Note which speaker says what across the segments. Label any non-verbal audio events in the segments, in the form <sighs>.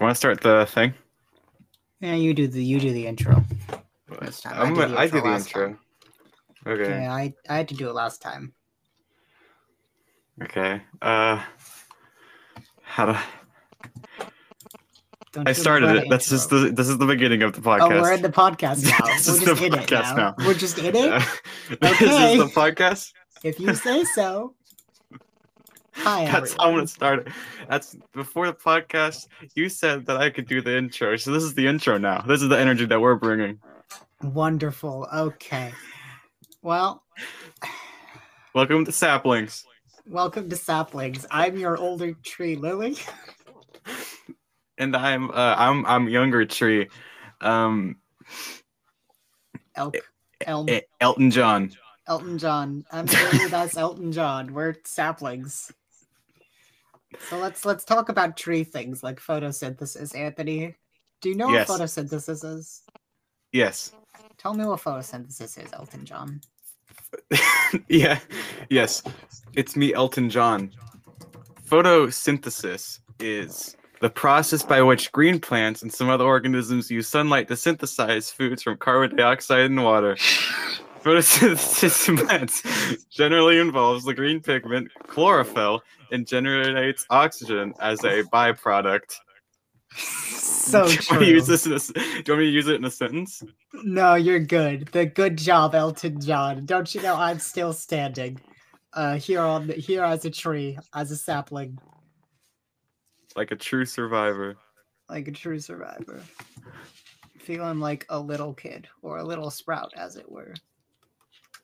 Speaker 1: Want to start the thing?
Speaker 2: Yeah, you do the you do the intro. This time.
Speaker 1: I'm gonna, I do the
Speaker 2: last
Speaker 1: intro.
Speaker 2: time.
Speaker 1: Okay.
Speaker 2: Yeah, I, I had to do it last time.
Speaker 1: Okay. Uh, how do
Speaker 2: Don't
Speaker 1: I
Speaker 2: you
Speaker 1: started
Speaker 2: remember
Speaker 1: it? That's just
Speaker 2: intro?
Speaker 1: the this is the beginning of the
Speaker 2: Oh, we're in
Speaker 1: <laughs> podcast.
Speaker 2: the podcast now.
Speaker 1: This
Speaker 2: we're
Speaker 1: is
Speaker 2: just
Speaker 1: the
Speaker 2: in it
Speaker 1: podcast
Speaker 2: now.
Speaker 1: now.
Speaker 2: We're just in it.
Speaker 1: Yeah. <laughs> this
Speaker 2: Okay.
Speaker 1: is the podcast.
Speaker 2: If you say so. Hi,
Speaker 1: That's how I'm
Speaker 2: everyone.
Speaker 1: gonna start it. That's before the podcast. You said that I could do the intro, so this is the intro now. This is the energy that we're bringing.
Speaker 2: Wonderful. Okay. Well,
Speaker 1: Welcome to Saplings.
Speaker 2: welcome to Saplings. I'm your older tree, Lily.
Speaker 1: and I'm uh, I'm I'm younger tree, um,
Speaker 2: Elk. Elm.
Speaker 1: E- Elton John.
Speaker 2: Elton John. I'm here with us, Elton John. We're saplings. So let's let's talk about tree things like photosynthesis. Anthony, do you know
Speaker 1: Yes.
Speaker 2: what photosynthesis is?
Speaker 1: Yes,
Speaker 2: Tell me what photosynthesis is,
Speaker 1: <laughs>
Speaker 2: Elton John.
Speaker 1: yeah, yes, it's me, Elton John. Photosynthesis is the process by which green plants and some other organisms use sunlight to synthesize foods from carbon dioxide and
Speaker 2: <laughs>
Speaker 1: water. Photosynthesis in plants generally involves the green pigment chlorophyll and generates oxygen as a byproduct. <laughs>
Speaker 2: so
Speaker 1: do you
Speaker 2: true.
Speaker 1: want to use this? In a, s- do you want me to use it in a sentence?
Speaker 2: No, you're good. The good job, Elton John. Don't you know I'm still standing? Uh, here on the, here as a tree, as a sapling,
Speaker 1: Like a true survivor.
Speaker 2: like a true survivor, feeling like a little kid or a little sprout, as it were.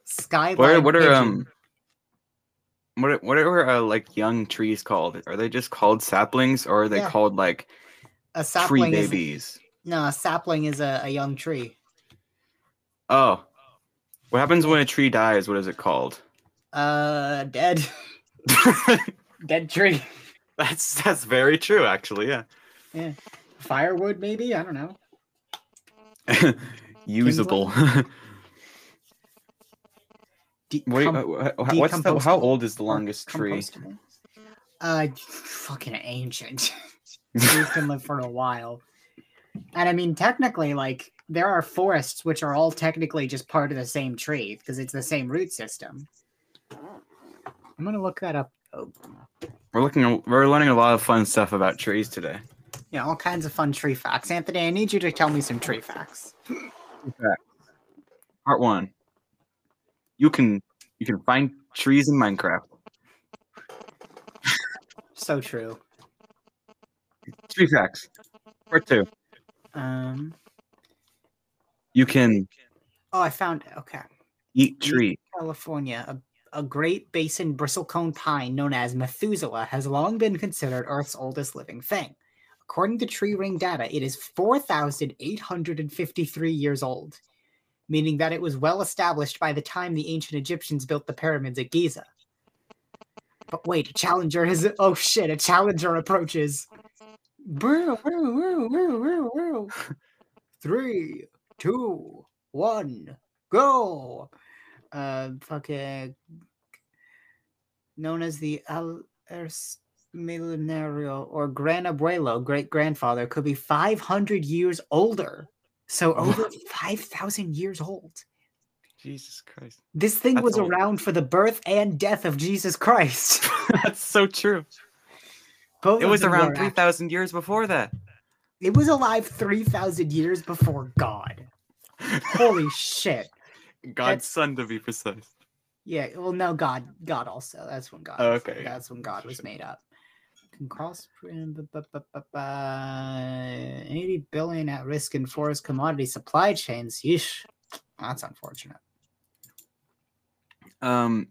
Speaker 2: Skyline.
Speaker 1: What are, what are
Speaker 2: pigeon.
Speaker 1: um, what are, what are uh, like young trees called? Are they just called saplings, or are they
Speaker 2: Yeah.
Speaker 1: called like
Speaker 2: a
Speaker 1: tree
Speaker 2: sapling? Is,
Speaker 1: babies?
Speaker 2: no, a sapling is a, a young tree.
Speaker 1: Oh, what happens when a tree dies? What is it called? <laughs>
Speaker 2: Uh, dead, <laughs> dead tree.
Speaker 1: that's that's very true, actually.
Speaker 2: <laughs>
Speaker 1: Yeah,
Speaker 2: Firewood, maybe. I don't know.
Speaker 1: usable. <laughs>
Speaker 2: De-
Speaker 1: Wait,
Speaker 2: com-
Speaker 1: uh, wha- what's the, how
Speaker 2: decompostable
Speaker 1: old is the
Speaker 2: or
Speaker 1: longest tree?
Speaker 2: compostable? Uh, fucking ancient. <laughs> Trees can live for a while, and I mean, technically, like there are forests which are all technically just part of the same tree because it's the same root system. I'm gonna look that up. Oh,
Speaker 1: We're looking. at- We're learning a lot of fun stuff about trees today.
Speaker 2: yeah, all kinds of fun tree facts. Anthony, I need you to tell me some tree facts.
Speaker 1: Part one. You can you can find trees in Minecraft.
Speaker 2: So true.
Speaker 1: Tree facts. Part two.
Speaker 2: Um.
Speaker 1: You can
Speaker 2: Oh, I found it. Okay.
Speaker 1: eat tree.
Speaker 2: California, a, a Great Basin bristlecone pine known as Methuselah has long been considered Earth's oldest living thing. According to tree ring data, it is 4,853 years old, meaning that it was well established by the time the ancient Egyptians built the pyramids at Giza. But wait, a challenger is. Oh shit, a challenger approaches. Brew, brew, brew, brew, brew, brew. <laughs> Three, two, one, go! uh fucking known as the El Ers Milenario or Gran Abuelo, great grandfather, could be 500 years older. So over 5,000 years old.
Speaker 1: Jesus Christ.
Speaker 2: This thing
Speaker 1: That's
Speaker 2: was
Speaker 1: old.
Speaker 2: around for the birth and death of Jesus Christ.
Speaker 1: <laughs>
Speaker 2: <laughs>
Speaker 1: That's so true.
Speaker 2: Both
Speaker 1: It
Speaker 2: of
Speaker 1: was
Speaker 2: them
Speaker 1: around
Speaker 2: were
Speaker 1: three
Speaker 2: act-
Speaker 1: thousand years before <laughs> that.
Speaker 2: It was alive 3,000 years before God. Holy shit.
Speaker 1: God's
Speaker 2: That's-
Speaker 1: son, to be precise.
Speaker 2: Yeah, well, no, God, God also. That's when God.
Speaker 1: Oh,
Speaker 2: was-
Speaker 1: okay, yeah.
Speaker 2: That's when God was
Speaker 1: Sure.
Speaker 2: made up. Can cross bu- bu- bu- bu- bu- 80 billion at risk in forest commodity supply chains. Yeesh, that's unfortunate.
Speaker 1: Um,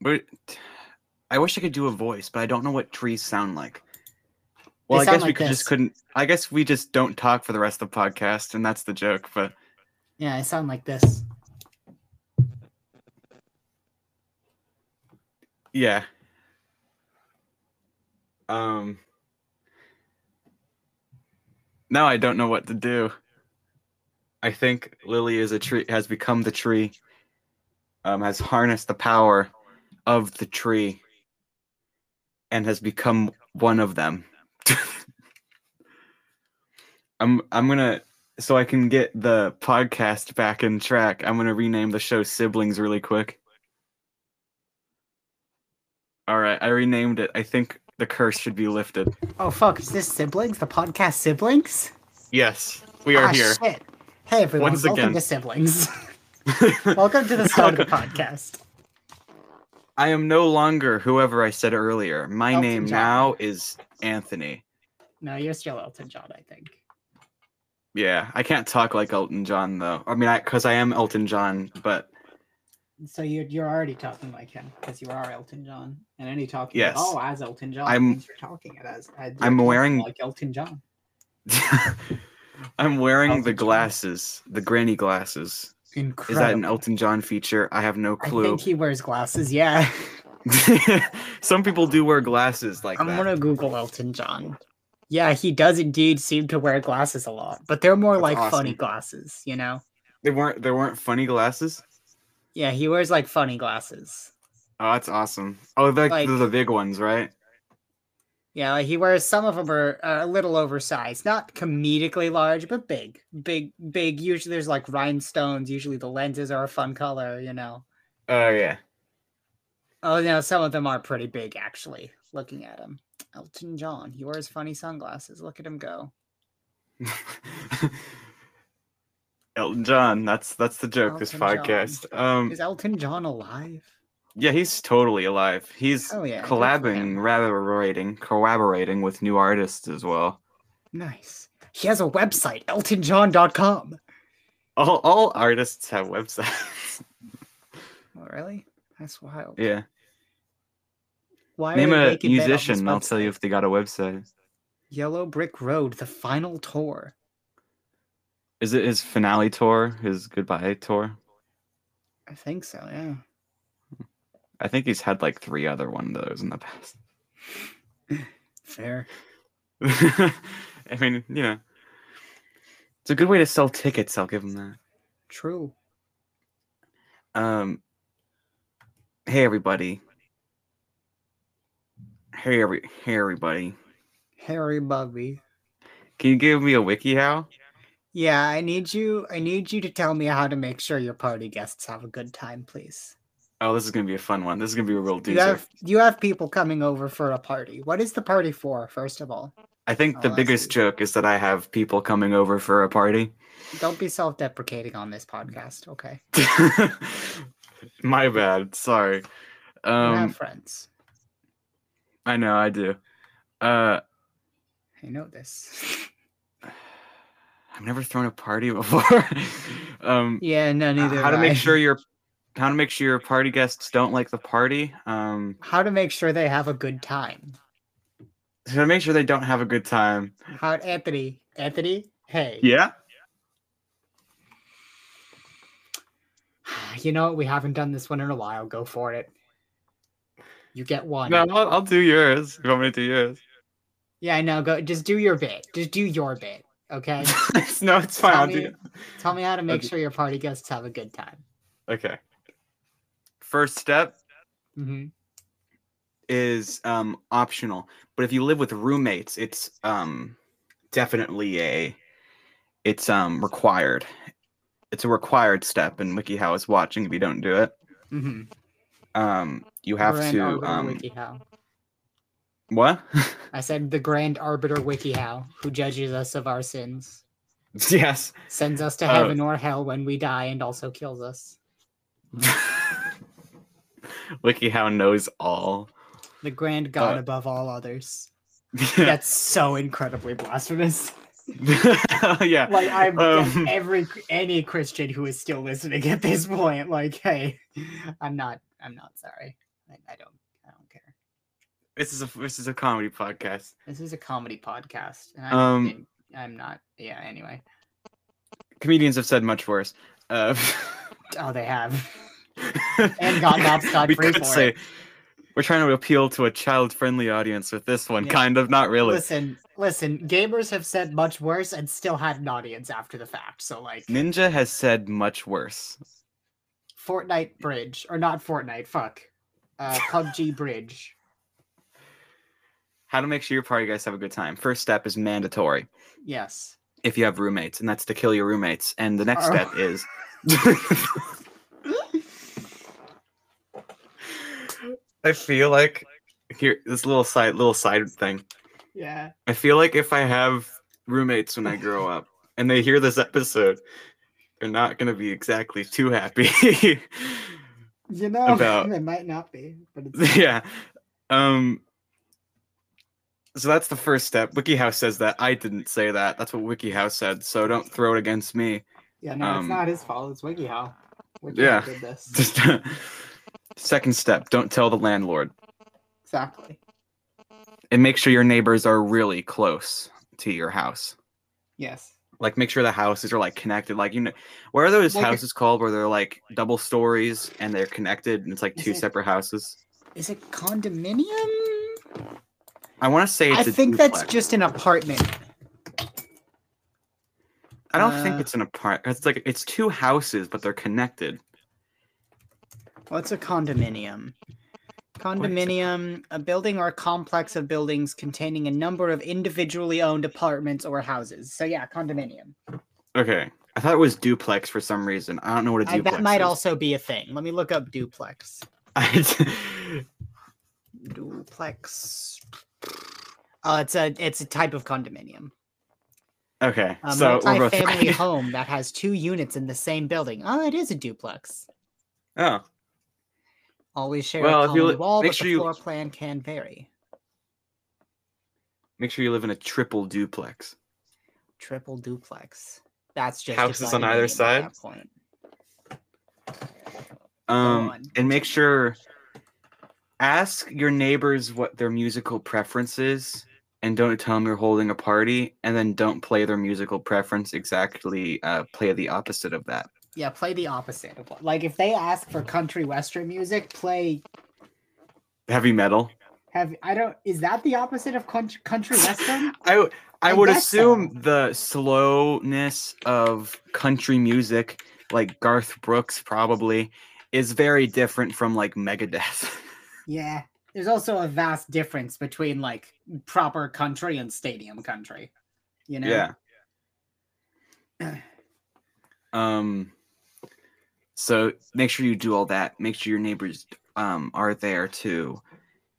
Speaker 1: but I wish I could do a voice, but I don't know what trees sound like. Well,
Speaker 2: They
Speaker 1: I
Speaker 2: sound
Speaker 1: guess we
Speaker 2: like
Speaker 1: could
Speaker 2: this.
Speaker 1: just couldn't. I guess we just don't talk for the rest of the podcast, and that's the joke. But
Speaker 2: Yeah, I sound like this.
Speaker 1: yeah. Um. Now I don't know what to do. I think Lily is a tree has become the tree. Um, has harnessed the power of the tree, and has become one of them. <laughs> I'm I'm gonna so I can get the podcast back in track. I'm gonna rename the show Siblings really quick. All right, I renamed it. I think the curse should be lifted.
Speaker 2: Oh fuck, is this siblings? The podcast siblings?
Speaker 1: Yes, we are
Speaker 2: Ah,
Speaker 1: here. <laughs>
Speaker 2: Shit. Hey everyone,
Speaker 1: Once
Speaker 2: welcome
Speaker 1: again.
Speaker 2: to siblings. <laughs> welcome
Speaker 1: <laughs>
Speaker 2: to the start of the podcast.
Speaker 1: I am no longer whoever I said earlier. My
Speaker 2: Elton
Speaker 1: name
Speaker 2: John.
Speaker 1: now is Anthony.
Speaker 2: No, you're still Elton John, I think.
Speaker 1: Yeah, I can't talk like Elton John though. I mean, I because I am Elton John, but <laughs>
Speaker 2: So you're you're already talking like him because you are Elton John, and any talking
Speaker 1: Yes.
Speaker 2: at all "Oh, as Elton John
Speaker 1: I'm-
Speaker 2: means you're talking it as, as
Speaker 1: I'm
Speaker 2: you're
Speaker 1: wearing-
Speaker 2: like Elton John.
Speaker 1: I'm wearing
Speaker 2: Elton
Speaker 1: the
Speaker 2: John.
Speaker 1: glasses, the granny glasses.
Speaker 2: Incredible.
Speaker 1: Is that an Elton John feature? I have no
Speaker 2: I
Speaker 1: clue.
Speaker 2: think he wears glasses. Yeah,
Speaker 1: <laughs> Some people do wear glasses like
Speaker 2: <laughs> I'm
Speaker 1: that.
Speaker 2: gonna Google Elton John. Yeah, he does indeed seem to wear glasses a lot, but they're more
Speaker 1: That's
Speaker 2: like funny
Speaker 1: awesome.
Speaker 2: glasses, you know.
Speaker 1: They weren't. They weren't funny glasses.
Speaker 2: Yeah, he wears like funny glasses.
Speaker 1: Oh, that's awesome. Oh, they're,
Speaker 2: Like-
Speaker 1: they're the big ones, right?
Speaker 2: Yeah, like he wears some of them are uh, a little oversized, not comedically large, but big, big, big. Usually there's like rhinestones. Usually the lenses are a fun color, you know.
Speaker 1: Oh yeah.
Speaker 2: Oh no, some of them are pretty big actually. Looking at him, Elton John. He wears funny sunglasses. Look at him go.
Speaker 1: <laughs> Elton John. That's that's the joke. this
Speaker 2: Elton John.
Speaker 1: podcast. Um.
Speaker 2: Is Elton John alive?
Speaker 1: Yeah, he's totally alive. He's
Speaker 2: Oh, yeah, good for
Speaker 1: collabing,
Speaker 2: him.
Speaker 1: collaborating, collaborating with new artists as well.
Speaker 2: Nice. He has a website, eltonjohn.com.
Speaker 1: All all artists have websites. <laughs>
Speaker 2: Oh, really? That's wild.
Speaker 1: yeah.
Speaker 2: Why are
Speaker 1: Name
Speaker 2: they
Speaker 1: a
Speaker 2: making that on this
Speaker 1: musician, and I'll tell you
Speaker 2: website?
Speaker 1: if they got a website.
Speaker 2: Yellow Brick Road, the final tour.
Speaker 1: Is it his finale tour, his goodbye tour?
Speaker 2: I think so. Yeah.
Speaker 1: I think he's had like three other one of those in the past.
Speaker 2: Fair.
Speaker 1: <laughs> I mean, you know. It's a good way to sell tickets, I'll give him that.
Speaker 2: True.
Speaker 1: Um, hey everybody. Hey every hey everybody.
Speaker 2: Harry Bubby.
Speaker 1: Can you give me a wiki how?
Speaker 2: Yeah, I need you. I need you to tell me how to make sure your party guests have a good time, please.
Speaker 1: Oh, this is gonna be a fun one. This is gonna be a real doozer.
Speaker 2: You have you have people coming over for a party. What is the party for? First of all,
Speaker 1: I think the
Speaker 2: Oh, I see.
Speaker 1: biggest joke is that I have people coming over for a party. <laughs>
Speaker 2: don't be self-deprecating on this podcast. Okay,
Speaker 1: My bad. Sorry.
Speaker 2: You
Speaker 1: Um,
Speaker 2: have friends.
Speaker 1: I know I do. Uh,
Speaker 2: I know this. <laughs>
Speaker 1: I've never thrown a party <laughs> before. um,
Speaker 2: yeah, no, neither.
Speaker 1: how to
Speaker 2: have I.
Speaker 1: make sure your how to make sure your party guests don't like the party. Um,
Speaker 2: how to make sure they have a good time.
Speaker 1: so to make sure they don't have a good time.
Speaker 2: How Anthony? Anthony? Hey.
Speaker 1: Yeah.
Speaker 2: <sighs> You know what? we haven't done this one in a while. Go for it. You get one.
Speaker 1: No, I'll, I'll do yours. If I'm gonna do yours.
Speaker 2: <laughs> Yeah, I know. Go. Just do your bit. Just do your bit. Okay.
Speaker 1: <laughs> no, it's fine.
Speaker 2: Tell
Speaker 1: I'll do
Speaker 2: me- Tell me
Speaker 1: <laughs>
Speaker 2: how to make
Speaker 1: Okay.
Speaker 2: sure your party guests have a good time.
Speaker 1: Okay. First step
Speaker 2: hmm
Speaker 1: is um optional, but if you live with roommates, it's um definitely a it's um required. It's a required step, and WikiHow is watching if you don't do it.
Speaker 2: hmm
Speaker 1: Um, you have
Speaker 2: Grand
Speaker 1: to
Speaker 2: Arbiter
Speaker 1: um
Speaker 2: WikiHow.
Speaker 1: what? <laughs>
Speaker 2: I said the Grand Arbiter WikiHow, who judges us of our sins,
Speaker 1: yes.
Speaker 2: sends us to
Speaker 1: Oh.
Speaker 2: heaven or hell when we die, and also kills us.
Speaker 1: <laughs> WikiHow knows all.
Speaker 2: The Grand God
Speaker 1: Uh.
Speaker 2: above all others. That's so incredibly blasphemous.
Speaker 1: <laughs> yeah.
Speaker 2: Like I'm guess
Speaker 1: Um.
Speaker 2: every any Christian who is still listening at this point. Like, hey, I'm not. I'm not sorry. I, I don't. I don't care.
Speaker 1: This is a this is a comedy podcast.
Speaker 2: This is a comedy podcast, and I'm,
Speaker 1: Um,
Speaker 2: in- I'm not. Yeah. Anyway.
Speaker 1: Comedians have said much worse. Uh, <laughs>
Speaker 2: Oh, they have. And gotten off
Speaker 1: <laughs> we
Speaker 2: scot-free
Speaker 1: could
Speaker 2: for
Speaker 1: say we're trying to appeal to a child-friendly audience with this one,
Speaker 2: Yeah.
Speaker 1: kind of, not really.
Speaker 2: Listen, listen. Gamers have said much worse and still had an audience after the fact. So like,
Speaker 1: Ninja has said much worse.
Speaker 2: Fortnite Bridge or not Fortnite? Fuck.
Speaker 1: <laughs>
Speaker 2: Uh, PUBG Bridge.
Speaker 1: How to make sure your party guys have a good time. First step is mandatory.
Speaker 2: Yes.
Speaker 1: if you have roommates, and that's to kill your roommates. And the next
Speaker 2: Oh.
Speaker 1: step is <laughs> I feel like here this little side little side thing.
Speaker 2: Yeah.
Speaker 1: I feel like if I have roommates when I grow up and they hear this episode, they're not gonna be exactly too happy. <laughs>
Speaker 2: You know,
Speaker 1: About-
Speaker 2: <laughs> it might not be, but it's
Speaker 1: <laughs> yeah. Um so that's the first step. WikiHow says that. I didn't say that. That's what WikiHow said. So don't throw it against me.
Speaker 2: yeah, no,
Speaker 1: Um,
Speaker 2: it's not his fault. It's WikiHow. WikiHow
Speaker 1: Yeah. <laughs>
Speaker 2: did this.
Speaker 1: Just <laughs> second step, don't tell the landlord.
Speaker 2: Exactly.
Speaker 1: And make sure your neighbors are really close to your house.
Speaker 2: Yes.
Speaker 1: Like make sure the houses are like connected. Like you know what are those
Speaker 2: Like a-
Speaker 1: houses called where they're like double stories and they're connected and it's like
Speaker 2: Is
Speaker 1: two
Speaker 2: it-
Speaker 1: separate houses?
Speaker 2: Is it condominium?
Speaker 1: I want to say it's
Speaker 2: I
Speaker 1: a
Speaker 2: think that's
Speaker 1: duplex.
Speaker 2: just an apartment.
Speaker 1: I don't think
Speaker 2: uh,
Speaker 1: it's an apartment. It's like it's two houses, but they're connected.
Speaker 2: What's a condominium? Condominium, a building or complex of buildings containing a number of individually owned apartments or houses. So yeah, condominium.
Speaker 1: Okay. I thought it was duplex for some reason. I don't know what a
Speaker 2: I-
Speaker 1: duplex
Speaker 2: Uh, that might
Speaker 1: is.
Speaker 2: also be a thing. Let me look up duplex.
Speaker 1: I-
Speaker 2: Duplex. Uh, it's a it's a type of condominium.
Speaker 1: <laughs> okay.
Speaker 2: A
Speaker 1: so we're both <laughs>
Speaker 2: multi-family
Speaker 1: right.
Speaker 2: home that has two units in the same building. Oh, it is a duplex.
Speaker 1: Oh,
Speaker 2: Always share
Speaker 1: Well,
Speaker 2: a
Speaker 1: if you
Speaker 2: common
Speaker 1: look-
Speaker 2: wall,
Speaker 1: make
Speaker 2: but
Speaker 1: sure
Speaker 2: the
Speaker 1: you-
Speaker 2: floor plan can vary.
Speaker 1: make sure you live in a triple duplex.
Speaker 2: Triple duplex. That's just a
Speaker 1: Houses on either
Speaker 2: condominium
Speaker 1: side?
Speaker 2: At that point.
Speaker 1: Um,
Speaker 2: on.
Speaker 1: and make sure ask your neighbors what their musical preference is, and don't tell them you're holding a party, and then don't play their musical preference exactly. Uh, play the opposite of that.
Speaker 2: Yeah, play the opposite of what. Like if they ask for country western music, play
Speaker 1: Heavy metal.
Speaker 2: have I don't is that the opposite of country,
Speaker 1: <laughs>
Speaker 2: country western?
Speaker 1: I w- I
Speaker 2: I
Speaker 1: would
Speaker 2: guess so.
Speaker 1: assume the slowness of country music, like Garth Brooks, probably is very different from like Megadeth. <laughs>
Speaker 2: yeah. There's also a vast difference between like proper country and stadium country. You know?
Speaker 1: Yeah. um. So make sure you do all that. Make sure your neighbors um are there too,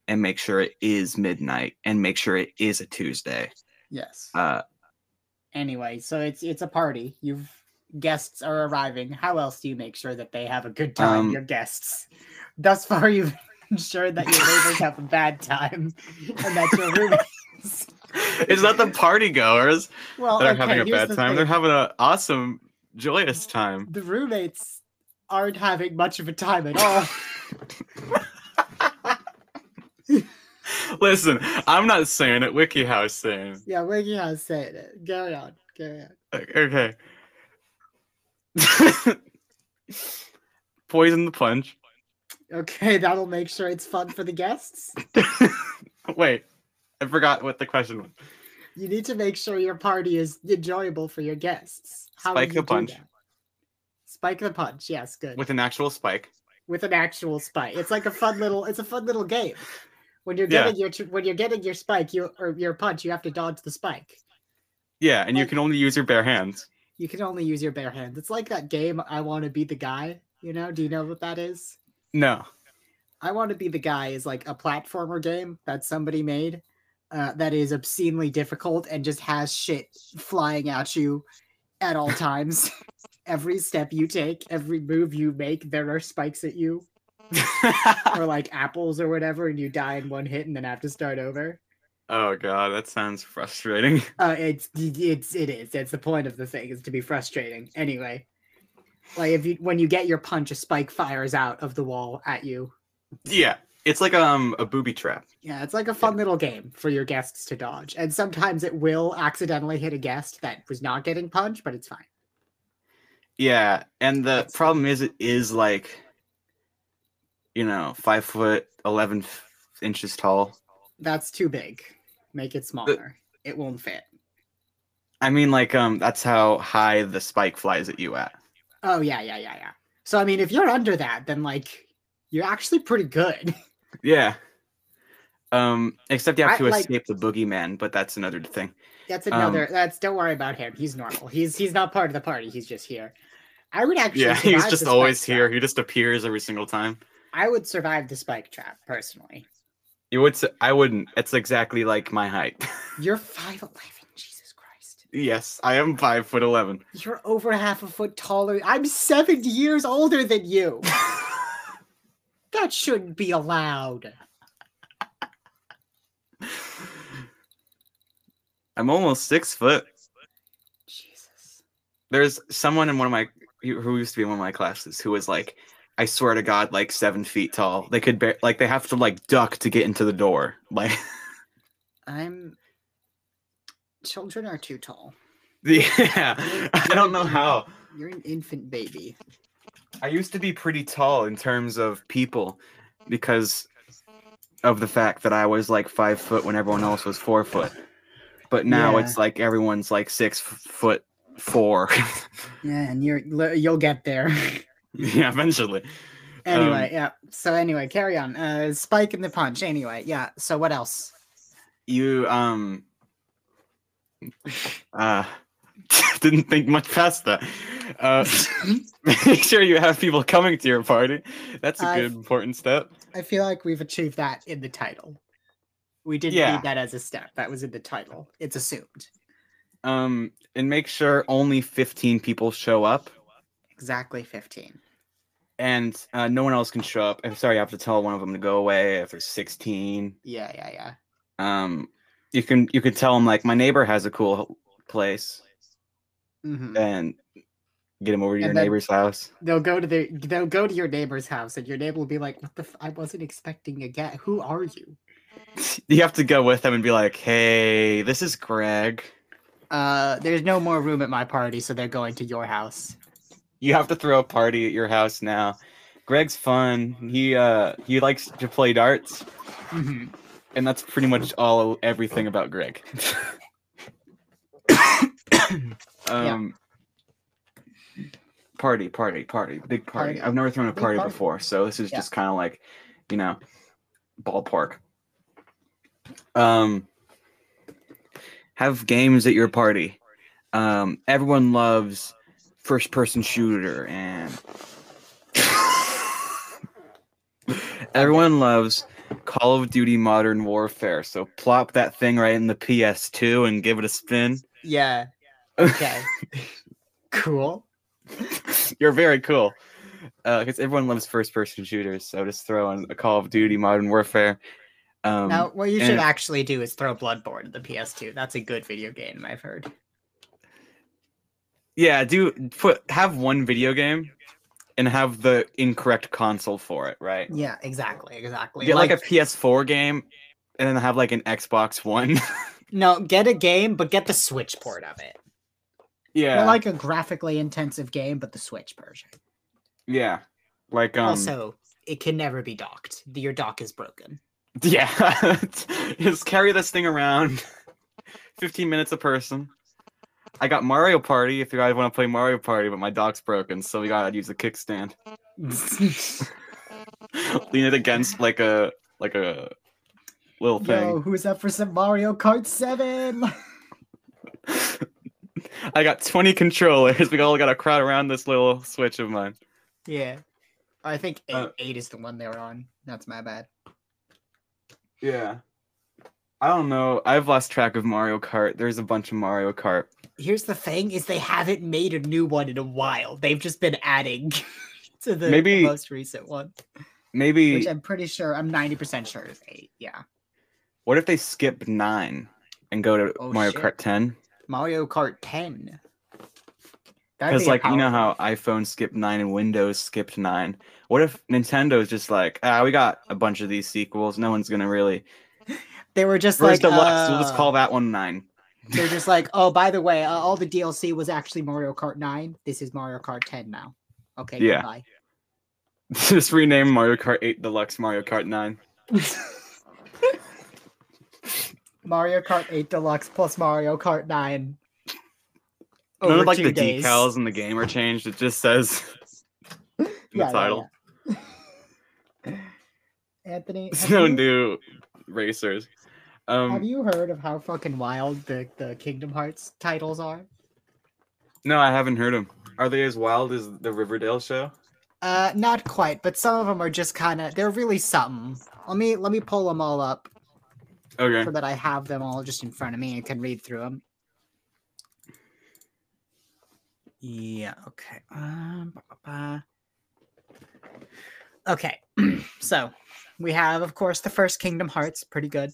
Speaker 1: and make sure it is midnight, and make sure it is a Tuesday.
Speaker 2: Yes.
Speaker 1: Uh,
Speaker 2: anyway, so it's it's a party. You've guests are arriving. How else do you make sure that they have a good time?
Speaker 1: Um,
Speaker 2: your guests. Thus far, you've <laughs> ensured that your neighbors have a bad time, and that
Speaker 1: <laughs>
Speaker 2: your roommates.
Speaker 1: it's not the party goers
Speaker 2: Well,
Speaker 1: that are
Speaker 2: okay,
Speaker 1: having a
Speaker 2: here's
Speaker 1: bad
Speaker 2: the
Speaker 1: time. They're
Speaker 2: thing.
Speaker 1: having an awesome, joyous time.
Speaker 2: <laughs>
Speaker 1: <laughs>
Speaker 2: the roommates aren't having much of a time at
Speaker 1: <laughs>
Speaker 2: all.
Speaker 1: Listen, I'm not saying it. WikiHow's saying.
Speaker 2: yeah, Wiggy has said it. Carry on. Carry on.
Speaker 1: it. Okay. <laughs> Poison the punch.
Speaker 2: Okay, that'll make sure it's fun for the guests.
Speaker 1: Wait, I forgot what the question was.
Speaker 2: You need to make sure your party is enjoyable for your guests. How
Speaker 1: Spike
Speaker 2: do
Speaker 1: the
Speaker 2: you do
Speaker 1: punch.
Speaker 2: that? Spike the punch. Yes, good.
Speaker 1: With an actual spike.
Speaker 2: with an actual spike. It's like a fun little. It's a fun little game. When you're
Speaker 1: Yeah.
Speaker 2: getting your tr- when you're getting your spike, you or your punch, you have to dodge the spike.
Speaker 1: Yeah, and you
Speaker 2: Like-
Speaker 1: can only use your bare hands.
Speaker 2: You can only use your bare hands. It's like that game. I want to be the guy. You know? Do you know what that is?
Speaker 1: No. <laughs>
Speaker 2: I want to be the guy is like a platformer game that somebody made uh, that is obscenely difficult and just has shit flying at you at all times. every step you take, every move you make, there are spikes at you. or like apples or whatever, and you die in one hit and then have to start over.
Speaker 1: oh god, that sounds frustrating. <laughs>
Speaker 2: Uh, it's it's it is. That's the point of the thing is to be frustrating. Anyway, like if you when you get your punch, a spike fires out of the wall at you.
Speaker 1: Yeah, it's like um a booby trap.
Speaker 2: Yeah, it's like a fun little game for your guests to dodge, and sometimes it will accidentally hit a guest that was not getting punched, but it's fine.
Speaker 1: Yeah, and the
Speaker 2: That's-
Speaker 1: problem is it is like, you know, five foot eleven f- inches tall.
Speaker 2: That's too big. Make it smaller. It won't fit.
Speaker 1: I mean, like um, that's how high the spike flies at you at.
Speaker 2: Oh yeah, yeah, yeah, yeah. So I mean, if you're under that, then like you're actually pretty good.
Speaker 1: Yeah. Um, except you have
Speaker 2: I
Speaker 1: to
Speaker 2: like-
Speaker 1: escape the boogeyman, but that's another thing.
Speaker 2: <laughs> That's
Speaker 1: Um,
Speaker 2: another. that's don't worry about him. He's normal. He's he's not part of the party. He's just here. I would actually.
Speaker 1: Yeah, <laughs> he's
Speaker 2: survive
Speaker 1: just
Speaker 2: the
Speaker 1: always
Speaker 2: spike
Speaker 1: here.
Speaker 2: trap.
Speaker 1: He just appears every single time.
Speaker 2: I would survive the spike trap personally.
Speaker 1: You would say, I wouldn't. It's exactly like my height. <laughs>
Speaker 2: You're five eleven. Jesus Christ.
Speaker 1: yes, I am five foot
Speaker 2: <laughs>
Speaker 1: eleven.
Speaker 2: You're over half a foot taller. I'm seven years older than you. that shouldn't be allowed.
Speaker 1: I'm almost six foot.
Speaker 2: Jesus.
Speaker 1: There's someone in one of my who used to be in one of my classes who was like, I swear to God, like seven feet tall. They could bear like they have to like duck to get into the door. Like <laughs>
Speaker 2: I'm. Children are too tall.
Speaker 1: yeah, I don't know how.
Speaker 2: You're an infant baby.
Speaker 1: I used to be pretty tall in terms of people because of the fact that I was like five foot when everyone else was four foot. But now
Speaker 2: Yeah.
Speaker 1: it's like everyone's like six f- foot four. <laughs>
Speaker 2: Yeah, and you're li- you'll get there. <laughs>
Speaker 1: yeah, eventually.
Speaker 2: anyway,
Speaker 1: Um,
Speaker 2: yeah. So anyway, carry on. Uh, Spike and the punch. Anyway, yeah. So what else?
Speaker 1: You um <laughs> uh <laughs> didn't think much past that. Uh <laughs> make sure you have people coming to your party. That's a
Speaker 2: I've-
Speaker 1: good important step.
Speaker 2: I feel like we've achieved that in the title. We didn't
Speaker 1: Yeah.
Speaker 2: need that as a step. That was in the title. It's assumed.
Speaker 1: Um and make sure only 15 people show up.
Speaker 2: Exactly fifteen.
Speaker 1: and uh, no one else can show up. I'm sorry, you have to tell one of them to go away if there's 16.
Speaker 2: Yeah, yeah, yeah.
Speaker 1: Um, you can you could tell them like my neighbor has a cool place
Speaker 2: hmm
Speaker 1: and get him over to your
Speaker 2: And then-
Speaker 1: neighbor's house.
Speaker 2: They'll go to the they'll go to your neighbor's house, and your neighbor will be like, "What the? F- I wasn't expecting a get. Who are you?"
Speaker 1: You have to go with them and be like, "Hey, this is Greg."
Speaker 2: Uh, there's no more room at my party, so they're going to your house.
Speaker 1: You have to throw a party at your house now. Greg's fun. He uh he likes to play darts,
Speaker 2: hmm
Speaker 1: and that's pretty much all everything about Greg. <laughs> um party party party big party,
Speaker 2: Party.
Speaker 1: i've never thrown a
Speaker 2: Big
Speaker 1: party,
Speaker 2: party.
Speaker 1: before so this is
Speaker 2: Yeah.
Speaker 1: just kind of like you know ballpark um have games at your party um everyone loves first person shooter and <laughs> everyone loves call of duty modern warfare so plop that thing right in the ps2 and give it a spin <laughs>
Speaker 2: Yeah. Okay. <laughs> cool.
Speaker 1: <laughs> You're very cool. Because everyone loves first-person shooters, so just throw in a Call of Duty, Modern Warfare. Um,
Speaker 2: now, what you should
Speaker 1: and-
Speaker 2: actually do is throw Bloodborne at the PS2. That's a good video game, I've heard.
Speaker 1: Yeah, do put have one video game, and have the incorrect console for it. Right?
Speaker 2: Yeah, exactly, exactly.
Speaker 1: Get like,
Speaker 2: like
Speaker 1: a PS4 game, and then have like an Xbox One. <laughs>
Speaker 2: no, get a game, but get the Switch port of it. Not
Speaker 1: yeah,
Speaker 2: like a graphically intensive game, but the Switch version.
Speaker 1: yeah, like um,
Speaker 2: also, it can never be docked. The- Your dock is <laughs> broken.
Speaker 1: <laughs> yeah. <laughs> just carry this thing around. <laughs> Fifteen minutes a person. I got Mario Party if you guys want to play Mario Party, but my dock's broken, so we gotta use a kickstand. <laughs> lean it against like a like a little
Speaker 2: Yo,
Speaker 1: thing.
Speaker 2: who's up for some Mario Kart <laughs> 7?
Speaker 1: I got 20 controllers. We all got to crowd around this little switch of mine.
Speaker 2: yeah. I think eight,
Speaker 1: Uh,
Speaker 2: eight is the one they were on. That's my bad.
Speaker 1: Yeah. I don't know. I've lost track of Mario Kart. There's a bunch of Mario Kart.
Speaker 2: Here's the thing is they haven't made a new one in a while. They've just been adding <laughs> to the, the
Speaker 1: Maybe-
Speaker 2: most recent one. Which
Speaker 1: Maybe
Speaker 2: I'm pretty sure I'm 90% sure is eight. Yeah.
Speaker 1: what if they skip 9 and go to
Speaker 2: Oh,
Speaker 1: Mario
Speaker 2: shit.
Speaker 1: Kart 10?
Speaker 2: Mario Kart 10. That'd
Speaker 1: Cuz
Speaker 2: be a
Speaker 1: like you know
Speaker 2: powerful-
Speaker 1: how iPhone skipped 9 and Windows skipped 9. What if Nintendo is just like, "Ah, we got a bunch of these sequels. No one's going to really
Speaker 2: they were just
Speaker 1: Where's
Speaker 2: like
Speaker 1: Deluxe? we'll just
Speaker 2: uh,
Speaker 1: call that one 9."
Speaker 2: They're just like, oh, by the way, uh, all the DLC was actually Mario Kart 9. This is Mario Kart 10 now. Okay,
Speaker 1: Yeah.
Speaker 2: goodbye.
Speaker 1: <laughs> Just rename Mario Kart 8 Deluxe Mario Kart 9.
Speaker 2: Mario Kart 8 Deluxe plus Mario Kart 9.
Speaker 1: None
Speaker 2: over
Speaker 1: of like
Speaker 2: two
Speaker 1: the
Speaker 2: Oh, days.
Speaker 1: decals in the game are changed. It just
Speaker 2: <laughs>
Speaker 1: says in the
Speaker 2: Yeah, yeah,
Speaker 1: title.
Speaker 2: yeah. <laughs> Anthony,
Speaker 1: There's
Speaker 2: have
Speaker 1: no
Speaker 2: you-
Speaker 1: new racers.
Speaker 2: Have
Speaker 1: Um,
Speaker 2: you heard of how fucking wild the, the Kingdom Hearts titles are?
Speaker 1: no, I haven't heard them. Are they as wild as the Riverdale show?
Speaker 2: Uh, not quite, but some of them are just kind of they're really something. Let me let me pull them all up
Speaker 1: Okay.
Speaker 2: so that I have them all just in front of me and can read through them. Yeah. Okay. Um, ba, ba, ba. Okay. <clears throat> so we have, of course, the first Kingdom Hearts, pretty good.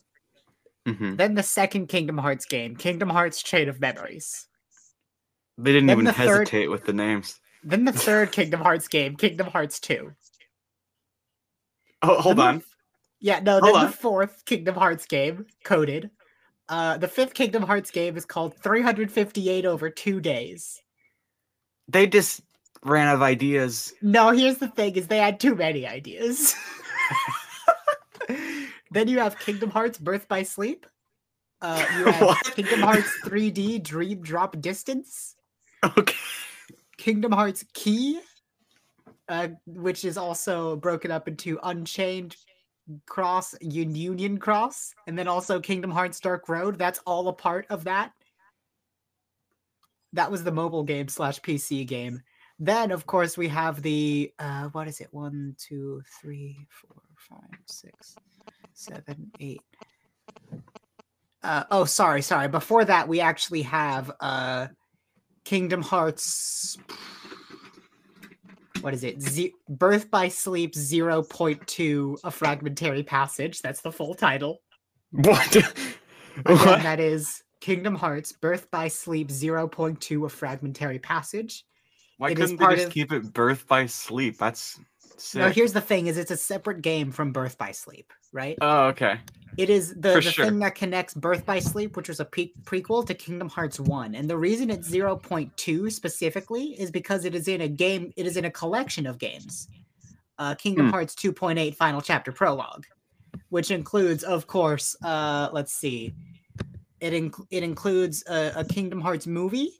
Speaker 1: hmm
Speaker 2: Then the second Kingdom Hearts game, Kingdom Hearts Chain of Memories.
Speaker 1: They didn't
Speaker 2: Then
Speaker 1: even
Speaker 2: the third-
Speaker 1: hesitate with the names.
Speaker 2: Then
Speaker 1: <laughs>
Speaker 2: the third Kingdom Hearts game, Kingdom Hearts 2.
Speaker 1: Oh, hold
Speaker 2: Then the
Speaker 1: on.
Speaker 2: f- Yeah, no,
Speaker 1: Hold
Speaker 2: then
Speaker 1: on.
Speaker 2: the fourth Kingdom Hearts game, coded. Uh, the fifth Kingdom Hearts game is called 358 over two days.
Speaker 1: They just ran out of ideas.
Speaker 2: No, here's the thing: is they had too many ideas. <laughs> then you have Kingdom Hearts Birth by Sleep. Uh, you have
Speaker 1: What?
Speaker 2: Kingdom Hearts 3D Dream Drop Distance.
Speaker 1: <laughs> Okay.
Speaker 2: Kingdom Hearts Key, uh, which is also broken up into Unchained Cross, Un- Union Cross, and then also Kingdom Hearts Dark Road. That's all a part of that. That was the mobile game slash PC game. Then, of course, we have the uh, what is it? One, two, three, four, five, six, seven, eight. Uh, oh, sorry, sorry. Before that, we actually have uh, Kingdom Hearts. What is it? Ze Birth by Sleep 0.2 A Fragmentary Passage. That's the full title.
Speaker 1: What?
Speaker 2: Again,
Speaker 1: what?
Speaker 2: that is Kingdom Hearts Birth by Sleep 0.2 A Fragmentary Passage.
Speaker 1: Why
Speaker 2: it is
Speaker 1: couldn't they
Speaker 2: part
Speaker 1: just
Speaker 2: of-
Speaker 1: keep it birth by sleep? That's sick.
Speaker 2: Now, here's the thing is it's a separate game from Birth by Sleep, right?
Speaker 1: oh, okay.
Speaker 2: It is the,
Speaker 1: For
Speaker 2: the
Speaker 1: sure.
Speaker 2: thing that connects Birth by Sleep, which was a pe- prequel to Kingdom Hearts 1. And the reason it's 0.2 specifically is because it is in a game, it is in a collection of games. Uh, Kingdom
Speaker 1: Hmm.
Speaker 2: Hearts 2.8 Final Chapter Prologue, which includes, of course, uh, let's see, it, inc- it includes a, a Kingdom Hearts movie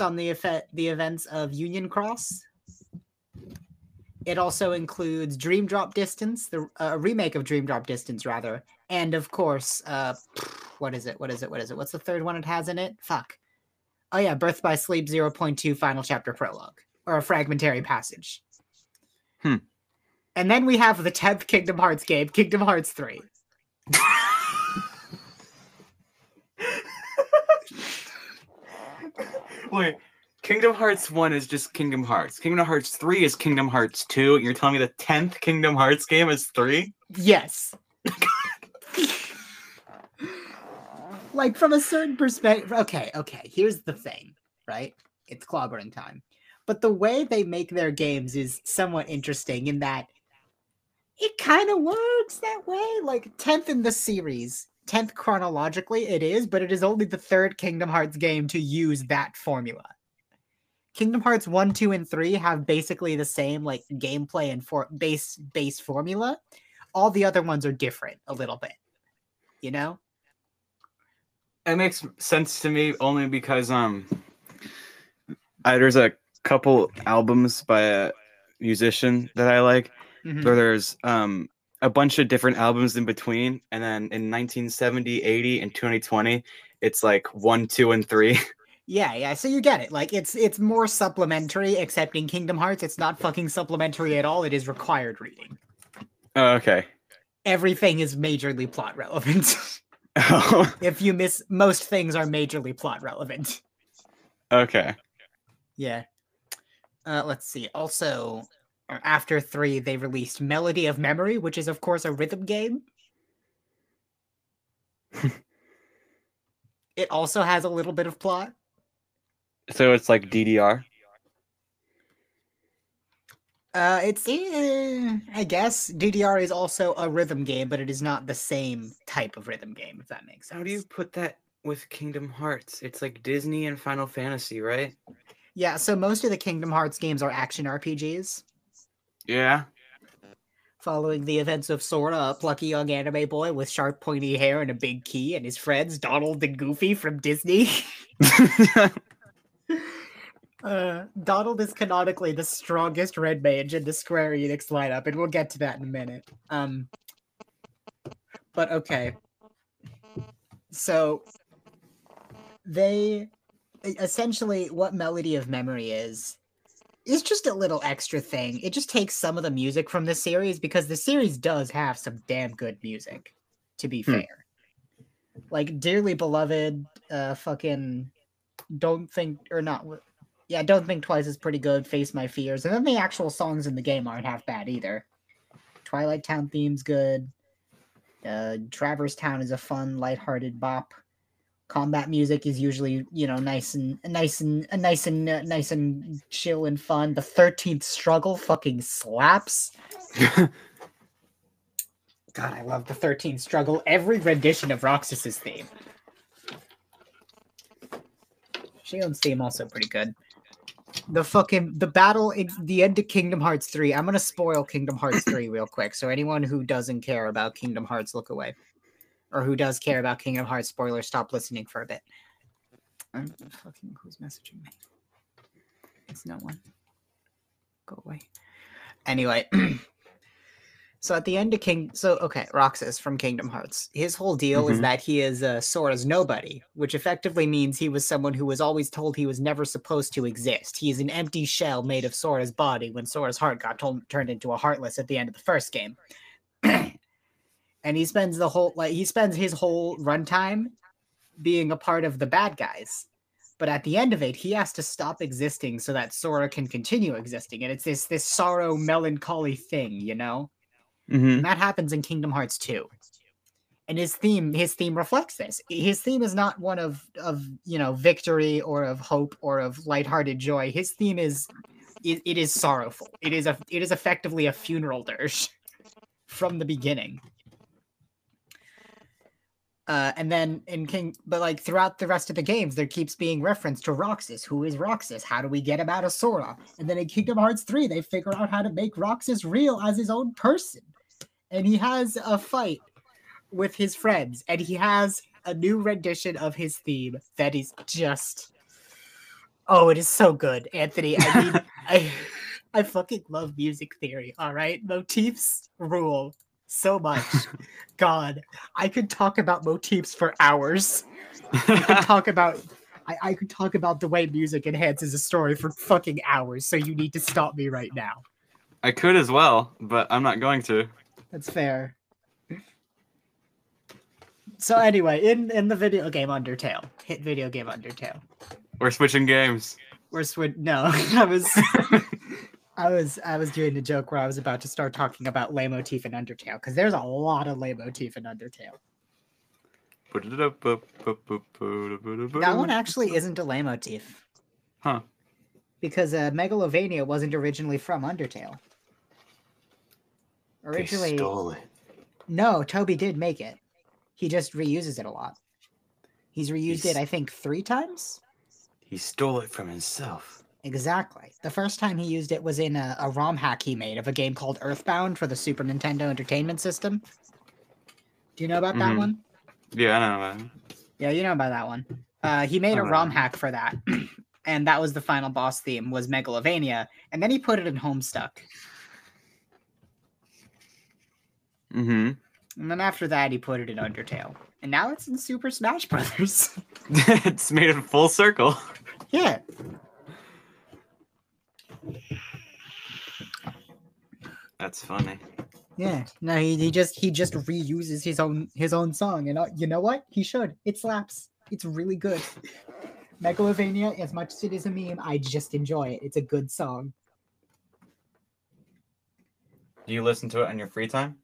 Speaker 1: <laughs>
Speaker 2: on the, effe- the events of Union Cross. It also includes Dream Drop Distance, the a remake of Dream Drop Distance, rather, and of course, uh, <sighs> what is it? What is it? What is it? What's the third one it has in it? Fuck. Oh yeah, Birth by Sleep 0.2 Final Chapter Prologue or a fragmentary passage.
Speaker 1: Hmm.
Speaker 2: And then we have the tenth Kingdom Hearts game, Kingdom Hearts 3.
Speaker 1: Wait, Kingdom Hearts 1 is just Kingdom Hearts. Kingdom Hearts 3 is Kingdom Hearts 2. And you're telling me the 10th Kingdom Hearts game is 3?
Speaker 2: Yes. <laughs> like from a certain perspective. Okay, okay. Here's the thing, right? It's clobbering time. But the way they make their games is somewhat interesting in that it kind of works that way. Like 10th in the series, 10th chronologically, it is, but it is only the third Kingdom Hearts game to use that formula. Kingdom Hearts 1, 2, and 3 have basically the same like gameplay and for base base formula all the other ones are different a little bit. You know?
Speaker 1: It makes sense to me only because um, I, there's a couple albums by a musician that I like.
Speaker 2: Mm-hmm.
Speaker 1: where there's um a bunch of different albums in between and then in 1970 80 and 2020 it's like one two and three <laughs>
Speaker 2: Yeah, yeah. So you get it. Like it's it's more supplementary, except in Kingdom Hearts, it's not fucking supplementary at all. It is required reading.
Speaker 1: oh, okay <laughs>
Speaker 2: Everything is majorly plot relevant. <laughs>
Speaker 1: oh
Speaker 2: if you miss most things are majorly plot relevant.
Speaker 1: okay
Speaker 2: Yeah. Uh, let's see. Also, uh, after three, they released Melody of Memory, which is, of course, a rhythm game. it also has a little bit of plot.
Speaker 1: so it's like ddr
Speaker 2: Uh, it's, eh, I guess, DDR is also a rhythm game, but it is not the same type of rhythm game, if that makes sense.
Speaker 1: put that with kingdom hearts it's like disney and final fantasy right
Speaker 2: Yeah, so most of the Kingdom Hearts games are action RPGs.
Speaker 1: <laughs> yeah
Speaker 2: Following the events of Sora, a plucky young anime boy with sharp, pointy hair and a big key, and his friends Donald and Goofy from Disney. <laughs>
Speaker 1: Mm-hmm. <laughs>
Speaker 2: Uh, Donald is canonically the strongest red mage in the Square Enix lineup, and we'll get to that in a minute. Um, But okay. So they e- essentially what Melody of Memory is is just a little extra thing. It just takes some of the music from the series because the series does have some damn good music, to be
Speaker 1: Hmm.
Speaker 2: fair. Like Dearly Beloved, uh fucking Don't Think or not wh- yeah, Don't Think Twice is pretty good, Face My Fears. And then the actual songs in the game aren't half bad either. Twilight Town theme's good. Uh, Traverse Town is a fun, lighthearted bop. Combat music is usually, you know, nice and nice and uh, nice and uh, nice and chill and fun. The Thirteenth Struggle fucking slaps. <laughs> God, I love the Thirteenth Struggle. Every rendition of Roxas's theme. Shield's theme also pretty good. The fucking the battle in the end of Kingdom Hearts 3. I'm gonna spoil Kingdom Hearts 3 real quick. So anyone who doesn't care about Kingdom Hearts, look away. Or who does care about Kingdom Hearts spoilers, stop listening for a bit. I'm fucking who's messaging me? It's no one. Go away. Anyway. <clears throat> So at the end of King, so okay, Roxas from Kingdom Hearts. His whole deal is
Speaker 1: Mhm.
Speaker 2: that he is uh, Sora's nobody, which effectively means he was someone who was always told he was never supposed to exist. He is an empty shell made of Sora's body when Sora's heart got told, turned into a heartless at the end of the first game. <clears throat> and he spends the whole like he spends his whole runtime being a part of the bad guys. But at the end of it, he has to stop existing so that Sora can continue existing. And it's this this sorrow melancholy thing, you know?
Speaker 1: Mm-hmm.
Speaker 2: And that happens in Kingdom Hearts 2. And his theme, his theme reflects this. His theme is not one of of you know victory or of hope or of lighthearted joy. His theme is it, it is sorrowful. It is a it is effectively a funeral dirge <laughs> from the beginning. Uh, and then in King, but like throughout the rest of the games, there keeps being reference to Roxas. Who is Roxas? How do we get him out of Sora? And then in Kingdom Hearts 3, they figure out how to make Roxas real as his own person. And he has a fight with his friends, and he has a new rendition of his theme that is just. Oh, it is so good, Anthony. I mean, I, I fucking love music theory, all right? Motifs rule so much. God, I could talk about motifs for hours.
Speaker 1: <laughs>
Speaker 2: I could talk about I, I could talk about the way music enhances a story for fucking hours, so you need to stop me right now.
Speaker 1: I could as well, but I'm not going to.
Speaker 2: That's fair. So anyway, in in the video game Undertale, hit video game Undertale.
Speaker 1: We're switching games.
Speaker 2: We're swi- no, <laughs> I was I was I was doing the joke where I was about to start talking about lay motif and Undertale because there's a lot of lay motif in Undertale. That
Speaker 1: That
Speaker 2: one actually isn't a lay motif.
Speaker 1: Huh.
Speaker 2: Because uh, Megalovania wasn't originally from Undertale. Originally,
Speaker 1: it.
Speaker 2: no, Toby did make it. He just reuses it a lot. He's reused it,
Speaker 1: He's-
Speaker 2: I think, three times.
Speaker 1: He stole it from himself.
Speaker 2: Exactly. The first time he used it was in a, a ROM hack he made of a game called Earthbound for the Super Nintendo Entertainment System. Do you know about that
Speaker 1: Mhm.
Speaker 2: one?
Speaker 1: Yeah, I know man.
Speaker 2: Yeah, you know about that one. Uh, he made a
Speaker 1: Oh, yeah.
Speaker 2: ROM hack for that, <clears throat> and that was the final boss theme was Megalovania, and then he put it in Homestuck,
Speaker 1: Mm-hmm.
Speaker 2: and then after that he put it in Undertale, and now it's in Super Smash Brothers. <laughs>
Speaker 1: Mm-hmm. <laughs> it's made it full circle.
Speaker 2: yeah.
Speaker 1: That's funny.
Speaker 2: Yeah, no, he, he just he just reuses his own his own song, and uh, you know what? He should. It slaps. It's really good. Megalovania, as much as it is a meme, I just enjoy it. It's a good song.
Speaker 1: Do you listen to it on your free time?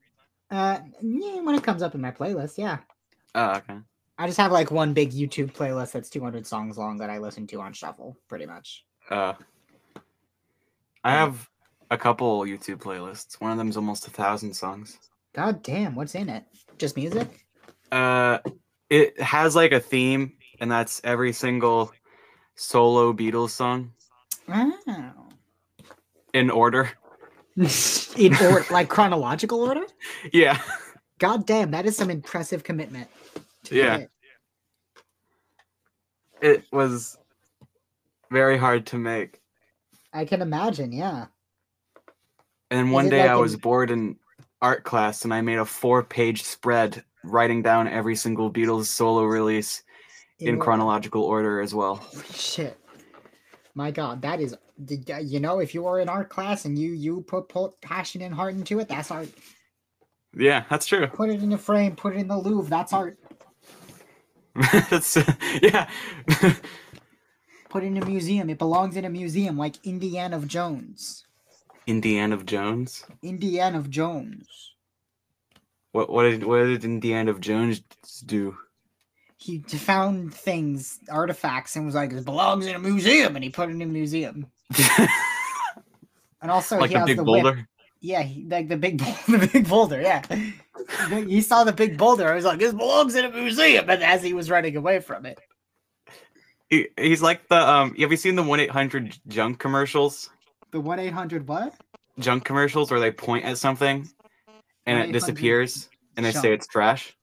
Speaker 2: Uh, yeah, when it comes up in my playlist, yeah.
Speaker 1: Oh, okay.
Speaker 2: I just have like one big YouTube playlist that's 200 songs long that I listen to on shuffle, pretty much.
Speaker 1: Uh, I have a couple YouTube playlists. One of them's almost a thousand songs.
Speaker 2: God damn, what's in it? Just music?
Speaker 1: Uh, it has like a theme, and that's every single solo Beatles song
Speaker 2: Oh.
Speaker 1: in order.
Speaker 2: <laughs>
Speaker 1: <laughs>
Speaker 2: in order, like chronological order?
Speaker 1: Yeah,
Speaker 2: God damn, that is some impressive commitment. to
Speaker 1: Yeah.
Speaker 2: commit.
Speaker 1: it was very hard to make.
Speaker 2: I can imagine, yeah.
Speaker 1: And
Speaker 2: Is
Speaker 1: one
Speaker 2: it
Speaker 1: day
Speaker 2: like
Speaker 1: I
Speaker 2: an-
Speaker 1: was bored in art class, and I made a four-page spread writing down every single Beatles solo release in
Speaker 2: order-
Speaker 1: chronological order as well.
Speaker 2: Holy shit. My God, that is, did- uh, you know, if you were in art class and you you put, put passion and heart into it, that's art.
Speaker 1: Yeah, that's true.
Speaker 2: Put it in a frame, put it in the Louvre, that's art.
Speaker 1: <laughs> that's yeah.
Speaker 2: Put it in a museum, it belongs in a museum like Indiana of Jones.
Speaker 1: Indiana of Jones.
Speaker 2: Indiana of Jones.
Speaker 1: What what did what did Indiana of Jones do? <laughs>
Speaker 2: He t- found things, artifacts, and was like, "It belongs in a museum," and he put it in a museum. And also,
Speaker 1: like
Speaker 2: he
Speaker 1: the
Speaker 2: has
Speaker 1: big
Speaker 2: the whip.
Speaker 1: boulder.
Speaker 2: Yeah, he, like the big, <laughs> bou- the big boulder. Yeah, The- he saw the big boulder. I was like, "This belongs in a museum." And as he was running away from it,
Speaker 1: He, he's like the um. Have you seen the one eight hundred junk commercials?
Speaker 2: the one eight hundred what?
Speaker 1: Junk commercials where they point at something, and it
Speaker 2: 1-800
Speaker 1: disappears, and they say
Speaker 2: junk.
Speaker 1: it's trash.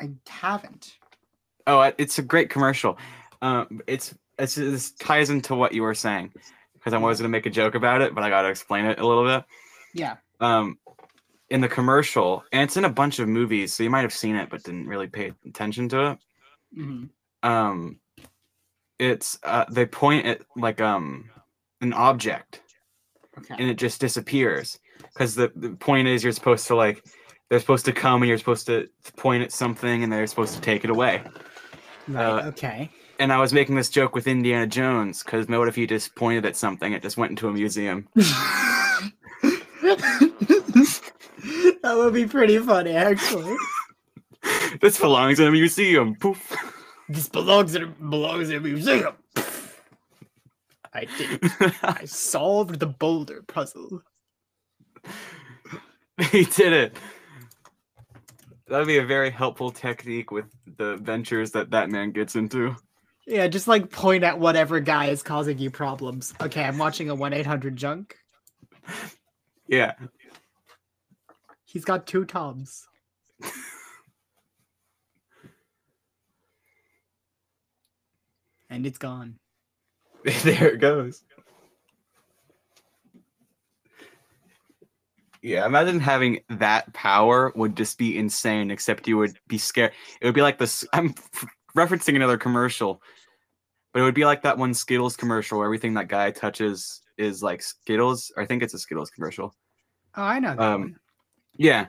Speaker 2: I haven't.
Speaker 1: Oh, I- it's a great commercial. Um, it's it's this ties into what you were saying because I was gonna make a joke about it, but I gotta explain it a little bit.
Speaker 2: Yeah,
Speaker 1: Um, in the commercial, and it's in a bunch of movies, so you might have seen it but didn't really pay attention to it.
Speaker 2: mhm.
Speaker 1: Um, it's uh, they point at like um an object
Speaker 2: okay.
Speaker 1: and it just disappears because the, the point is you're supposed to like they're supposed to come and you're supposed to point at something and they're supposed to take it away.
Speaker 2: Right.
Speaker 1: uh,
Speaker 2: okay. <laughs>
Speaker 1: and I was making this joke with Indiana Jones because what if you just pointed at something? It just went into a museum. <laughs>
Speaker 2: that would be pretty funny, actually.
Speaker 1: this belongs in a museum. Poof. <laughs>
Speaker 2: This belongs in a, belongs in a museum. I did. I solved the boulder puzzle.
Speaker 1: <laughs> he did it. That'd be a very helpful technique with the ventures that that man gets into.
Speaker 2: Yeah, just like point at whatever guy is causing you problems. Okay, I'm watching a 1 800 junk.
Speaker 1: Yeah, <laughs>
Speaker 2: He's got two toms. and it's gone.
Speaker 1: there it goes. Yeah, imagine having that power would just be insane. Except you would be scared. It would be like this. I'm <laughs> f- referencing another commercial, but it would be like that one Skittles commercial where everything that guy touches is like Skittles. Or I think it's a Skittles commercial.
Speaker 2: Oh, I know. That
Speaker 1: Um,
Speaker 2: one.
Speaker 1: Yeah,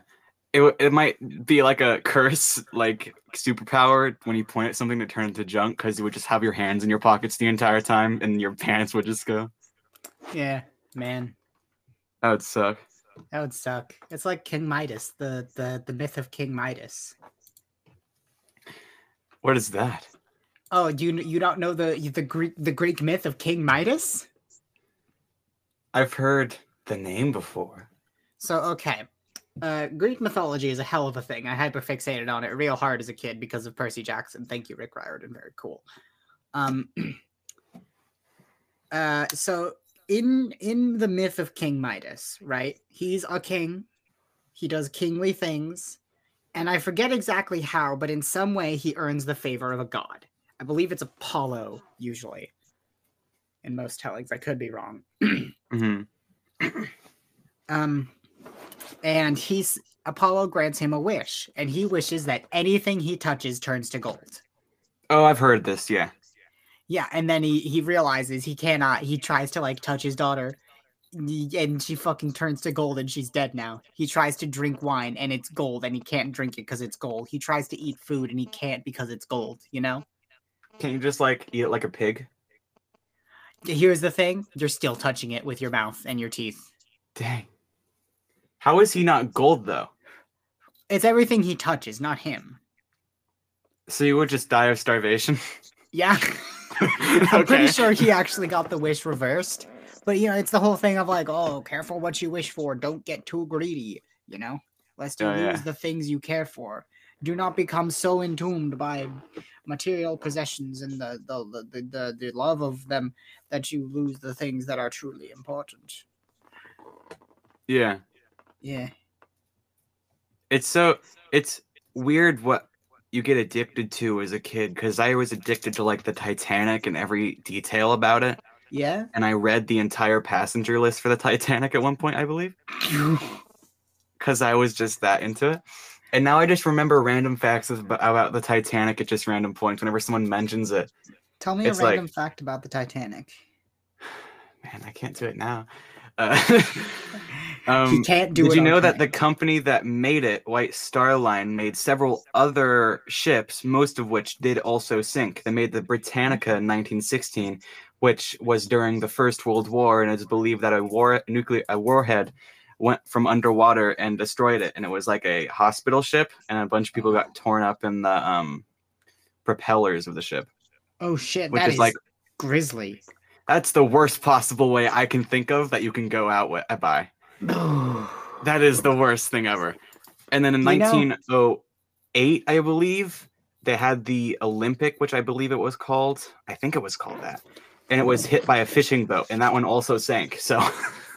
Speaker 1: it w- it might be like a curse, like superpower when you point at something to turn into junk because you would just have your hands in your pockets the entire time, and your <laughs> pants would just go.
Speaker 2: Yeah, man.
Speaker 1: That would suck.
Speaker 2: That would suck. It's like King Midas, the, the, the myth of King Midas.
Speaker 1: What is that?
Speaker 2: Oh, do you you don't know the the Greek the Greek myth of King Midas?
Speaker 1: I've heard the name before.
Speaker 2: So okay, uh, Greek mythology is a hell of a thing. I hyperfixated on it real hard as a kid because of Percy Jackson. Thank you, Rick Riordan. Very cool. Um, <clears throat> uh, so in in the myth of King Midas, right? He's a king. He does kingly things, and I forget exactly how, but in some way he earns the favor of a god. I believe it's Apollo usually. In most tellings, I could be wrong
Speaker 1: hmm
Speaker 2: um and he's apollo grants him a wish and he wishes that anything he touches turns to gold
Speaker 1: Oh, I've heard this. Yeah.
Speaker 2: yeah and then he he realizes he cannot he tries to like touch his daughter y- and she fucking turns to gold and she's dead now he tries to drink wine and it's gold and he can't drink it because it's gold he tries to eat food and he can't because it's gold you know
Speaker 1: Can you just like eat it like a pig?
Speaker 2: here's the thing you're still touching it with your mouth and your teeth
Speaker 1: Dang. How is he not gold though?
Speaker 2: it's everything he touches not him
Speaker 1: So you would just die of starvation. <laughs>
Speaker 2: yeah <laughs> I'm pretty sure he actually got the wish reversed. But you know, it's the whole thing of like, oh, careful what you wish for. Don't get too greedy, you know, lest you
Speaker 1: Oh,
Speaker 2: lose
Speaker 1: yeah.
Speaker 2: the things you care for. Do not become so entombed by material possessions and the the, the, the, the the love of them that you lose the things that are truly important.
Speaker 1: Yeah.
Speaker 2: Yeah.
Speaker 1: It's so it's weird what you get addicted to as a kid because I was addicted to like the Titanic and every detail about it. <laughs>
Speaker 2: Yeah.
Speaker 1: And I read the entire passenger list <laughs> for the Titanic at one point, I believe, because I was just that into it. And now I just remember random facts ab- about the Titanic at just random points whenever someone mentions it.
Speaker 2: Tell me a
Speaker 1: It's like-
Speaker 2: random fact about the Titanic.
Speaker 1: Man, I can't do it now. Uh, <laughs> um,
Speaker 2: he can't do it.
Speaker 1: Did you
Speaker 2: on
Speaker 1: know that the
Speaker 2: command.
Speaker 1: company that made it, White Star Line, made several other ships, most of which did also sink? They made the Britannica in 1916, which was during the First World War, and it's believed that a war nuclear a warhead went from underwater and destroyed it, and it was like a hospital ship, and a bunch of people got torn up in the um, propellers of the ship,
Speaker 2: Oh shit!
Speaker 1: which
Speaker 2: that
Speaker 1: is like <sighs>
Speaker 2: grizzly.
Speaker 1: that's the worst possible way I can think of that you can go out with, by.
Speaker 2: that
Speaker 1: That is the worst thing ever. And then in
Speaker 2: You know-
Speaker 1: 1908, I believe, they had the Olympic, which I believe it was called. I think it was called that. And it was hit by a fishing boat, and that one also sank. So <laughs>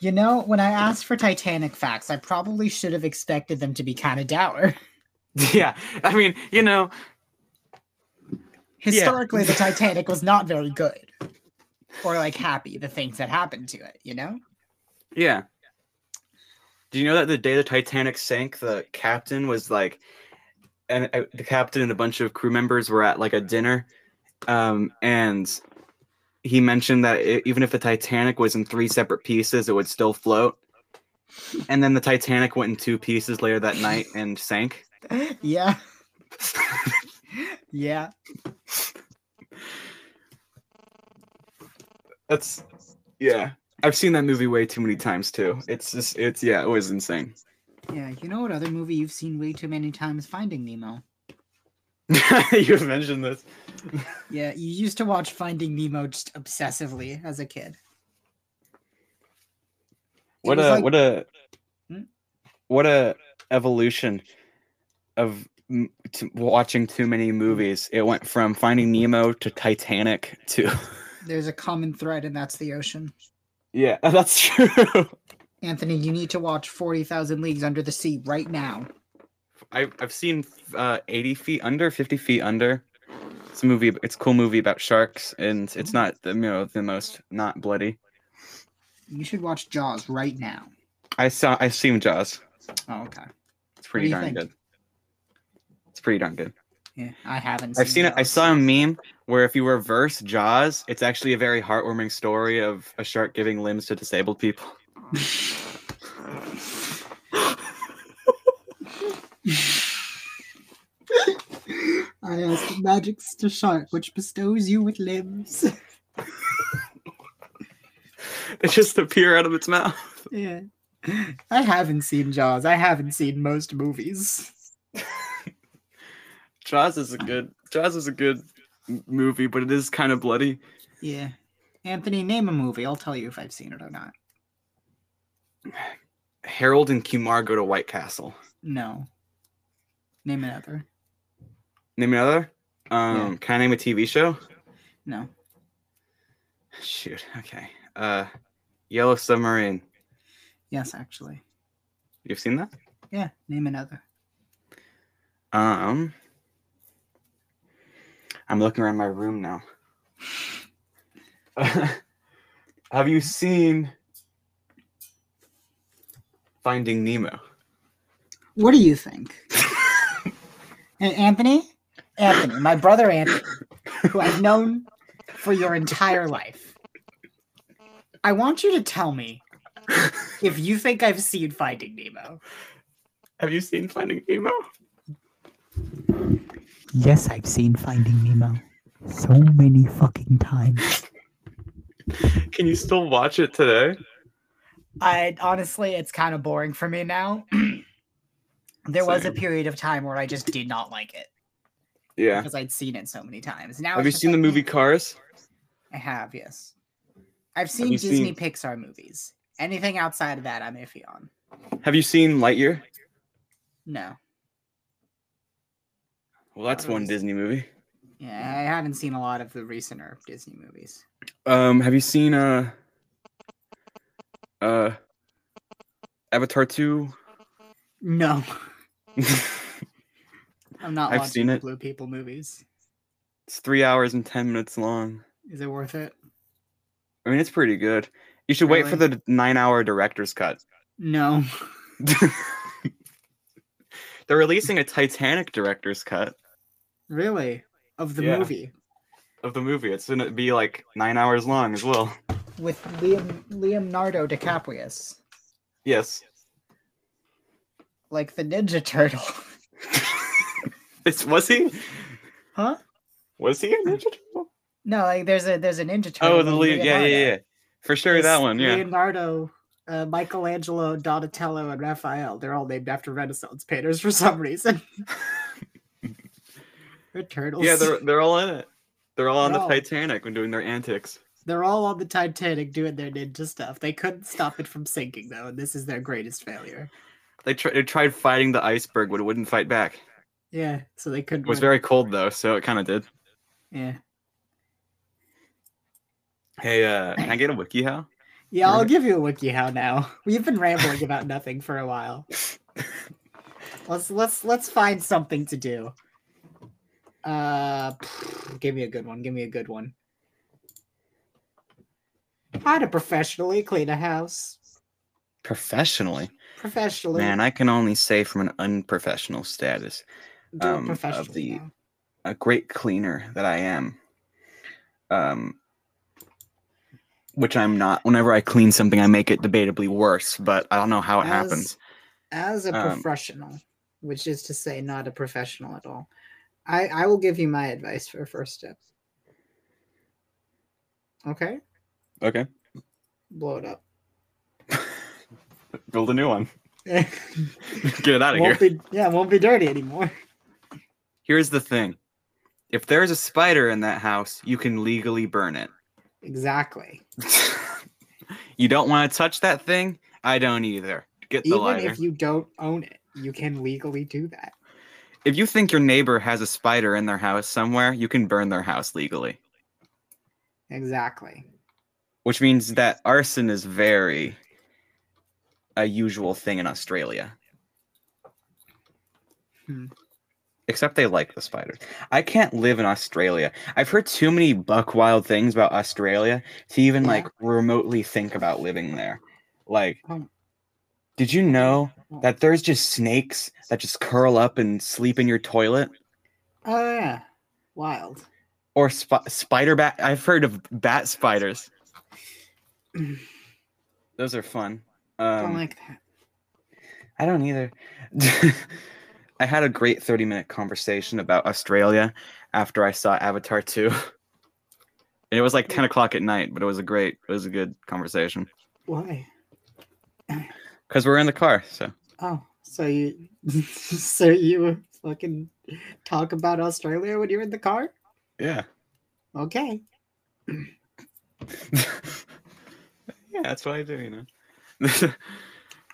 Speaker 2: You know, when I asked for Titanic facts, I probably should have expected them to be kind
Speaker 1: <laughs>
Speaker 2: of dour.
Speaker 1: yeah, I mean, you know,
Speaker 2: Historically, the Titanic was not very good, or like happy. The things that happened to it,
Speaker 1: <laughs>
Speaker 2: you know.
Speaker 1: yeah. Do you know that the day the Titanic sank, the captain was like, and uh, the captain and a bunch of crew members were at like a dinner, um, and he mentioned that i even if the Titanic was in three separate pieces, it would still float. And then the Titanic went in two pieces later that night and sank.
Speaker 2: Yeah. <laughs> yeah.
Speaker 1: That's yeah. I've seen that movie way too many times too. It's just it's yeah, it was insane. <laughs>
Speaker 2: Yeah. You know what other movie you've seen way too many times? Finding Nemo.
Speaker 1: You've mentioned this.
Speaker 2: Yeah, you used to watch Finding Nemo just obsessively as a kid. It
Speaker 1: what
Speaker 2: was
Speaker 1: a
Speaker 2: like-
Speaker 1: what a
Speaker 2: Hmm?
Speaker 1: what a evolution of m- t- watching too many movies it went from finding nemo to titanic to <laughs>
Speaker 2: There's a common thread, and that's the ocean.
Speaker 1: yeah <laughs> that's true <laughs>
Speaker 2: Anthony, you need to watch 40,000 Leagues Under the Sea right now.
Speaker 1: I, i've seen uh, 80 feet under 50 feet under it's a movie it's a cool movie about sharks and it's not the you know the most not bloody
Speaker 2: You should watch Jaws right now.
Speaker 1: i saw i've seen jaws
Speaker 2: Oh, okay.
Speaker 1: it's pretty
Speaker 2: you
Speaker 1: darn
Speaker 2: think?
Speaker 1: good it's pretty darn good
Speaker 2: Yeah, I haven't.
Speaker 1: I've seen it. I
Speaker 2: Jaws.
Speaker 1: saw a meme where if you reverse Jaws, it's actually a very heartwarming story of a shark giving limbs to disabled people. <laughs>
Speaker 2: I asked the magic to shark, which bestows you with limbs. <laughs>
Speaker 1: They just appear out of its mouth. <laughs>
Speaker 2: yeah. I haven't seen Jaws. I haven't seen most movies.
Speaker 1: Jaws is a good Jaws is a good m- movie, but it is kind of bloody.
Speaker 2: Yeah. Anthony, name a movie. I'll tell you if I've seen it or not.
Speaker 1: Harold and Kumar go to White Castle.
Speaker 2: No. Name another.
Speaker 1: Name another. Um,
Speaker 2: Yeah.
Speaker 1: can I name a TV show?
Speaker 2: No.
Speaker 1: Shoot. Okay. Uh, Yellow Submarine.
Speaker 2: Yes, actually.
Speaker 1: You've seen that?
Speaker 2: Yeah, name another.
Speaker 1: Um, I'm looking around my room now. <laughs> Have you seen Finding Nemo?
Speaker 2: What do you think? <laughs> A- Anthony? Anthony, my brother Anthony, who I've known for your entire life. I want you to tell me if you think I've seen Finding Nemo.
Speaker 1: Have you seen Finding Nemo?
Speaker 2: Yes, I've seen Finding Nemo so many fucking times.
Speaker 1: Can you still watch it today?
Speaker 2: I honestly, it's kind of boring for me now. <clears throat> there was a
Speaker 1: Same.
Speaker 2: period of time where I just did not like it
Speaker 1: Yeah.
Speaker 2: because I'd seen it so many times. Now
Speaker 1: Have
Speaker 2: it's
Speaker 1: you
Speaker 2: just
Speaker 1: seen the
Speaker 2: like,
Speaker 1: movie Cars?
Speaker 2: I have, yes. I've seen
Speaker 1: you
Speaker 2: Disney
Speaker 1: seen-
Speaker 2: Pixar movies. Anything outside of that, I'm iffy on.
Speaker 1: Have you seen Lightyear?
Speaker 2: No,
Speaker 1: Well, that's one Disney movie.
Speaker 2: yeah, I haven't seen a lot of the recenter Disney movies.
Speaker 1: Um, have you seen uh uh Avatar <laughs> 2?
Speaker 2: No, <laughs> I'm not
Speaker 1: I've
Speaker 2: watching
Speaker 1: seen
Speaker 2: the
Speaker 1: it.
Speaker 2: Blue People movies.
Speaker 1: It's three hours and ten minutes long.
Speaker 2: Is it worth it?
Speaker 1: I mean, it's pretty good. You should wait for
Speaker 2: Really?
Speaker 1: the nine-hour director's cut.
Speaker 2: No,
Speaker 1: Just <laughs> They're releasing a Titanic director's cut
Speaker 2: Really? Of the
Speaker 1: Yeah.
Speaker 2: movie
Speaker 1: of the movie. It's gonna be like nine hours long as well.
Speaker 2: with Liam Leonardo DiCaprio,
Speaker 1: Yes. <laughs>
Speaker 2: like the Ninja Turtle. <laughs>
Speaker 1: It's, was he?
Speaker 2: Huh?
Speaker 1: Was he a Ninja Turtle?
Speaker 2: No, like there's a there's a Ninja Turtle.
Speaker 1: Oh, the
Speaker 2: named
Speaker 1: Leo. Yeah, yeah,
Speaker 2: Leonardo.
Speaker 1: yeah. For sure, that
Speaker 2: It's
Speaker 1: one. Yeah.
Speaker 2: Leonardo, uh, Michelangelo, Donatello, and Raphael. They're all named after Renaissance painters for
Speaker 1: <laughs>
Speaker 2: some reason. they're turtles.
Speaker 1: Yeah, they're they're all in it. They're all on the
Speaker 2: No.
Speaker 1: Titanic when doing their antics.
Speaker 2: <laughs> They're all on the Titanic doing their ninja stuff. They couldn't stop it from sinking, though, and this is their greatest failure.
Speaker 1: They, tr- they tried fighting the iceberg, but it wouldn't fight back.
Speaker 2: Yeah, so they couldn't.
Speaker 1: It was
Speaker 2: win.
Speaker 1: very cold though, so it kind of did.
Speaker 2: yeah.
Speaker 1: Hey, uh, can I get a WikiHow?
Speaker 2: Yeah, I'll
Speaker 1: Right.
Speaker 2: give you a wiki how now. <laughs> We've been rambling about nothing for
Speaker 1: <laughs>
Speaker 2: a while. Let's let's let's find something to do. Uh give me a good one. Give me a good one. How to professionally clean a house.
Speaker 1: Professionally,
Speaker 2: Professionally.
Speaker 1: man, I can only say from an unprofessional status.
Speaker 2: do
Speaker 1: um,
Speaker 2: it
Speaker 1: of
Speaker 2: professionally.
Speaker 1: the-
Speaker 2: now.
Speaker 1: a great cleaner that I am. Um, which I'm not. Whenever I clean something, I make it debatably worse, but I don't know how it
Speaker 2: As-
Speaker 1: happens.
Speaker 2: As a
Speaker 1: um,
Speaker 2: professional, which is to say not a professional at all. I, I will give you my advice for first step. Okay?
Speaker 1: Okay.
Speaker 2: Blow it up.
Speaker 1: Build a new one. <laughs>
Speaker 2: won't
Speaker 1: Get it out of here.
Speaker 2: be yeah, won't be dirty anymore. <laughs>
Speaker 1: Here's the thing if there's a spider in that house, you can legally burn it. <laughs>
Speaker 2: Exactly.
Speaker 1: you don't want to touch that thing? I don't either. Get the
Speaker 2: Even
Speaker 1: lighter.
Speaker 2: if you don't own it, you can legally do that.
Speaker 1: if you think your neighbor has a spider in their house somewhere, you can burn their house legally,
Speaker 2: Exactly.
Speaker 1: which means that arson is very a usual thing in Australia.
Speaker 2: Hmm.
Speaker 1: Except they like the spiders. I can't live in Australia. I've heard too many buck wild things about Australia to even
Speaker 2: Yeah.
Speaker 1: like remotely think about living there. Like,
Speaker 2: Um,
Speaker 1: did you know
Speaker 2: well-
Speaker 1: that there's just snakes that just curl up and sleep in your toilet?
Speaker 2: Oh yeah. Wild.
Speaker 1: or sp- spider bat. I've heard of bat spiders. Those are fun. Um,
Speaker 2: don't like that.
Speaker 1: I don't either. <laughs> I had a great 30 minute conversation about Australia after I saw Avatar 2. And it was like 10 o'clock at night, but it was a great, it was a good conversation.
Speaker 2: Why?
Speaker 1: Because we're in the car, so.
Speaker 2: Oh, so you <laughs> so you fucking talk about Australia when you're in the car?
Speaker 1: Yeah. <laughs>
Speaker 2: Okay.
Speaker 1: yeah, that's what I do, you know.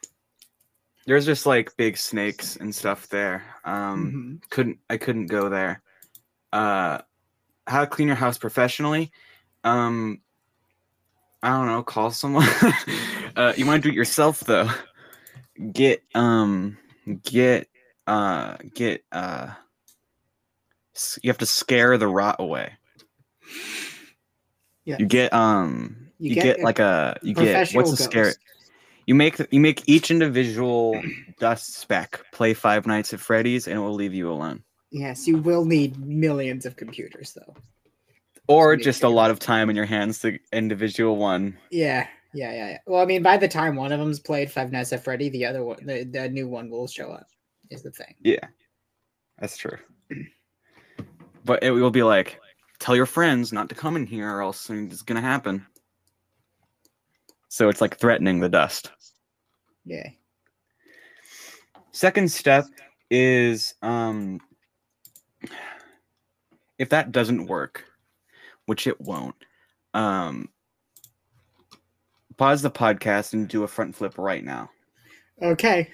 Speaker 1: <laughs> There's just like big snakes and stuff there. Um,
Speaker 2: Mhm.
Speaker 1: couldn't I couldn't go there. Uh how to clean your house professionally. Um I don't know, call someone. <laughs> uh you want to do it yourself though. Get um get uh get uh s- you have to scare the rot away.
Speaker 2: Yeah.
Speaker 1: You get um you,
Speaker 2: You
Speaker 1: get,
Speaker 2: get a
Speaker 1: like a you get
Speaker 2: professional
Speaker 1: what's a scare
Speaker 2: ghost.
Speaker 1: you make you make each individual dust speck play Five Nights at Freddy's and it will leave you alone.
Speaker 2: Yes, you will need millions of computers though.
Speaker 1: or
Speaker 2: make
Speaker 1: just a lot of time in your hands to individual one.
Speaker 2: Yeah, yeah, yeah, yeah. Well, I mean, by the time one of them's played Five Nights at Freddy, the other one, the, the new one will show up. Is the thing.
Speaker 1: Yeah, that's true. But it will be like, tell your friends not to come in here, or else it's gonna happen. So it's like threatening the dust.
Speaker 2: Yeah.
Speaker 1: Second step is um, if that doesn't work, which it won't, um, pause the podcast and do a front flip right now. <laughs>
Speaker 2: Okay.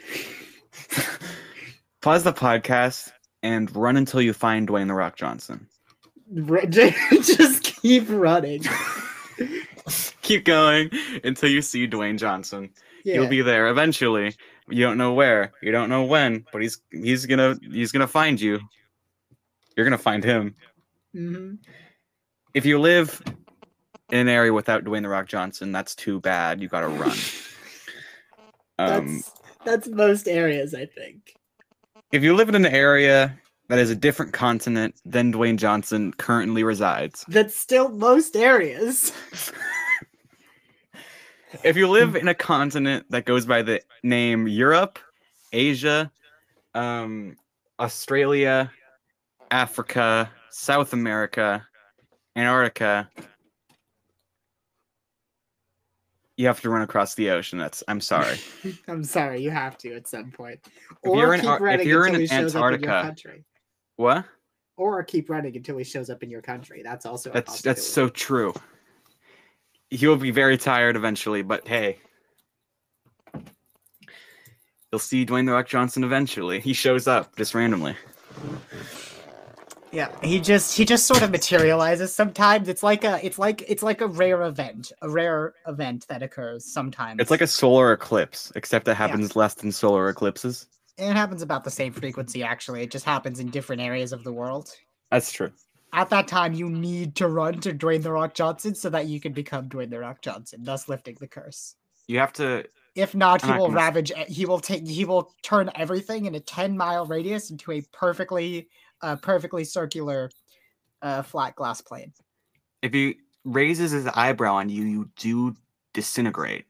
Speaker 1: Pause the podcast and run until you find Dwayne the Rock Johnson. <laughs>
Speaker 2: Ru- <laughs> Just keep running.
Speaker 1: Keep going until you see Dwayne Johnson.
Speaker 2: Yeah.
Speaker 1: He'll be there eventually. You don't know where, you don't know when, but he's he's gonna he's gonna find you. You're gonna find him.
Speaker 2: hmm
Speaker 1: If you live in an area without Dwayne the Rock Johnson, that's too bad. You gotta run. Um,
Speaker 2: That's that's most areas, I think.
Speaker 1: if you live in an area that is a different continent than Dwayne Johnson currently resides,
Speaker 2: That's still most areas. <laughs>
Speaker 1: if you live in a continent that goes by the name Europe, Asia, um, Australia, Africa, South America, Antarctica, you have to run across the ocean. That's I'm sorry.
Speaker 2: I'm sorry, you have to at some point.
Speaker 1: If you're
Speaker 2: Or
Speaker 1: in
Speaker 2: keep
Speaker 1: Ar- if
Speaker 2: running
Speaker 1: you're
Speaker 2: until
Speaker 1: in
Speaker 2: he shows up in your
Speaker 1: Antarctica-
Speaker 2: country.
Speaker 1: What?
Speaker 2: Or keep running until he shows up in your country. That's also a
Speaker 1: That's that's
Speaker 2: possibility.
Speaker 1: so true. He'll be very tired eventually, but hey. You'll see Dwayne the Rock Johnson eventually. He shows up just randomly.
Speaker 2: Yeah, he just he just sort of materializes sometimes. It's like a it's like it's like a rare event, a rare event that occurs sometimes.
Speaker 1: It's like a solar eclipse, except it happens less than solar eclipses.
Speaker 2: it happens about the same frequency actually. It just happens in different areas of the world.
Speaker 1: That's true.
Speaker 2: At that time, you need to run to Dwayne the Rock Johnson so that you can become Dwayne the Rock Johnson, thus lifting the curse.
Speaker 1: You have to
Speaker 2: If not, he
Speaker 1: I'm not
Speaker 2: will
Speaker 1: gonna-
Speaker 2: ravage. e- He will take. He will turn everything in a ten mile radius into a perfectly, uh, perfectly circular, uh, flat glass plane.
Speaker 1: if he raises his eyebrow on you, you do disintegrate.